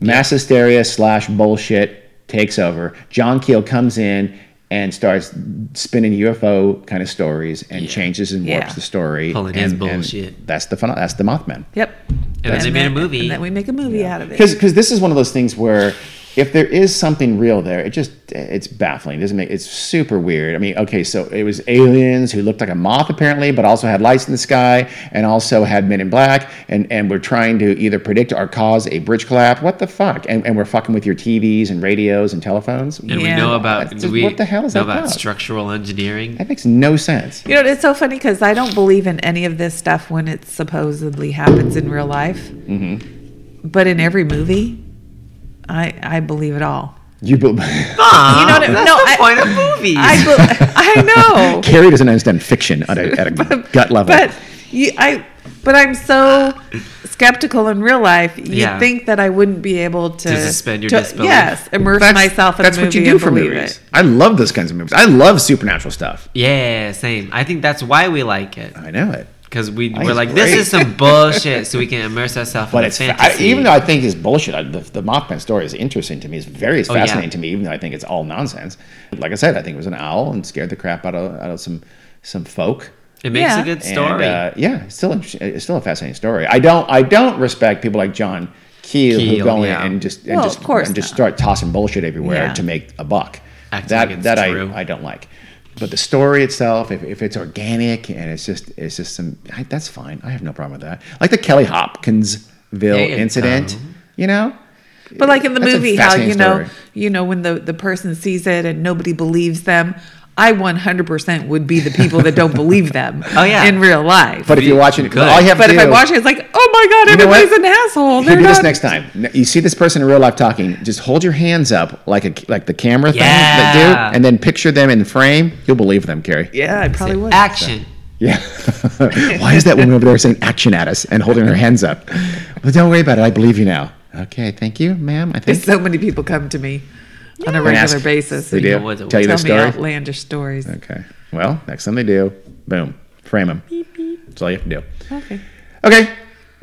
B: Mass hysteria slash bullshit takes over. John Keel comes in and starts spinning UFO kind of stories and changes and warps
A: Yeah.
B: the story.
C: Pulling
B: and,
C: his
B: and
C: bullshit.
B: that's the phen- That's the Mothman.
A: yep
C: And then they made a movie.
A: and then we make a movie out of it
B: because because this is one of those things where if there is something real there, it just it's baffling. It doesn't make it's super weird. I mean, okay, so it was aliens who looked like a moth apparently, but also had lights in the sky and also had men in black and and were trying to either predict or cause a bridge collapse. What the fuck? And and we're fucking with your TVs and radios and telephones.
C: And we
A: Yeah.
C: know about
B: That's just-
C: we
B: what the hell is
C: know
B: that
C: about
B: about?
C: structural engineering.
B: That makes no sense.
A: You know, it's so funny because I don't believe in any of this stuff when it supposedly happens in real life.
B: Mm-hmm.
A: but in every movie, I I believe it all.
B: You bel *laughs*
C: Aw,
B: Ah.
A: You know what I-
C: that's
A: no,
C: the
A: I-
C: point *laughs* of movies.
A: I bel I know.
B: Carrie doesn't understand fiction at a, *laughs* at a gut level.
A: *laughs* But you, I, but I'm so skeptical in real life. You'd
C: Yeah.
A: think that I wouldn't be able to,
C: To suspend your
A: to-
C: disbelief.
A: Yes, immerse myself in
B: that's
A: a movie
B: what you do
A: and
B: for
A: believe
B: movies.
A: it.
B: I love those kinds of movies. I love supernatural stuff.
C: yeah, same. I think that's why we like it
B: I know it,
C: because we
B: think
C: we're
B: it's
C: like
B: great."
C: this is some bullshit, so we can immerse ourselves
B: but
C: in
B: it's
C: the
B: fa- I,
C: fantasy.
B: even though I think it's bullshit. I, the, the Mothman story is interesting to me. It's very
C: Oh, yeah.
B: fascinating to me, even though I think it's all nonsense. Like I said, I think it was an owl and scared the crap out of out of some some folk.
C: it makes
A: Yeah.
C: a good
B: And,
C: story.
B: uh, yeah, it's still interesting- it's still a fascinating story. I don't I don't respect people like John Keel, who
C: Keel,
B: go in
C: yeah.
B: and just and
A: Well,
B: just
A: of course
B: and just
A: not.
B: start tossing bullshit everywhere
A: Yeah.
B: to make a buck.
C: Act
B: that
C: like it's
B: that
C: true.
B: I, I don't like. But the story itself, if, if it's organic and it's just it's just some I, that's fine. I have no problem with that. Like the Kelly Hopkinsville
C: There you
B: incident,
C: go.
B: you know.
A: But like in the
B: That's a
A: movie, how you
B: fascinating
A: know,
B: story.
A: you know, when the the person sees it and nobody believes them. I 100% would be the people that don't believe them.
C: *laughs* Oh, yeah.
A: in real life.
B: But if
C: Be
B: you're watching,
C: good.
B: all you have
A: But
B: to
A: if
B: do,
A: I watch it, it's like, oh my god,
B: You know what?
A: everybody's an asshole.
B: Here,
A: They're
B: do
A: not.
B: this next time. N- You see this person in real life talking. Just hold your hands up like a like the camera thing that
C: Yeah.
B: do, and then picture them in frame. You'll believe them, Carrie.
A: yeah, I probably would.
C: Action.
B: *laughs* Yeah. Why is that woman over there saying action at us and holding her hands up? Well, don't worry about it. I believe you now. Okay, thank you, ma'am. I think.
A: *laughs* So many people come to me on a
B: And
A: regular
B: ask-
A: basis.
B: They
A: and
B: do.
C: know what-
B: Tell you their
A: Tell me
B: story.
A: outlandish stories.
B: Okay. Well, next time they do, boom, frame them. That's all you have to do.
A: Okay.
B: Okay,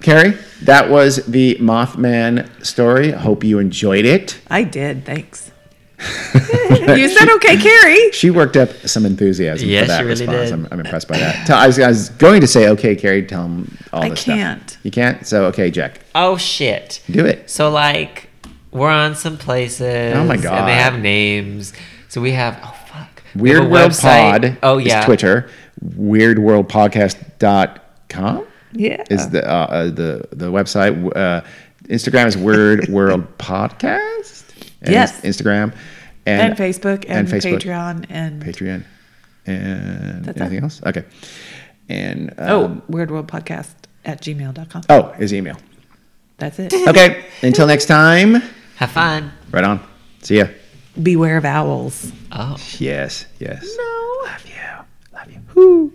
B: Carrie, that was the Mothman story. Hope you enjoyed it.
A: I did.
B: *laughs*
A: Thanks. you said okay, Carrie.
B: She worked up some enthusiasm
C: Yes,
B: for that
C: she really
B: response.
C: did.
B: I'm, I'm impressed by that. Tell, I, was, I was going to say, okay, Carrie, tell him all
A: I
B: this
A: can't.
B: stuff. You can't? So, okay, Jack,
C: Oh shit.
B: do it.
C: So like, we're on some places.
B: Oh my God.
C: And they have names. So we have oh fuck. We have
B: Weird
C: a
B: World
C: website.
B: Pod
C: Oh yeah.
B: is Twitter. WeirdWorldPodcast.com
A: Yeah.
B: is the, uh, uh, the, the website. Uh, Instagram is Weird World Podcast. And
A: Yes.
B: Instagram.
A: and Facebook and, Patreon and
B: Patreon. And
A: That's
B: anything
A: all.
B: else? Okay. And
A: oh,
B: um,
A: Weird World Podcast at gmail.com.
B: oh, is email.
A: That's it.
B: Okay. Until next time.
C: Have fun.
B: Right on. See ya.
A: Beware of owls.
C: Oh.
B: Yes. Yes.
A: No.
B: Love you. Love you. Whoo.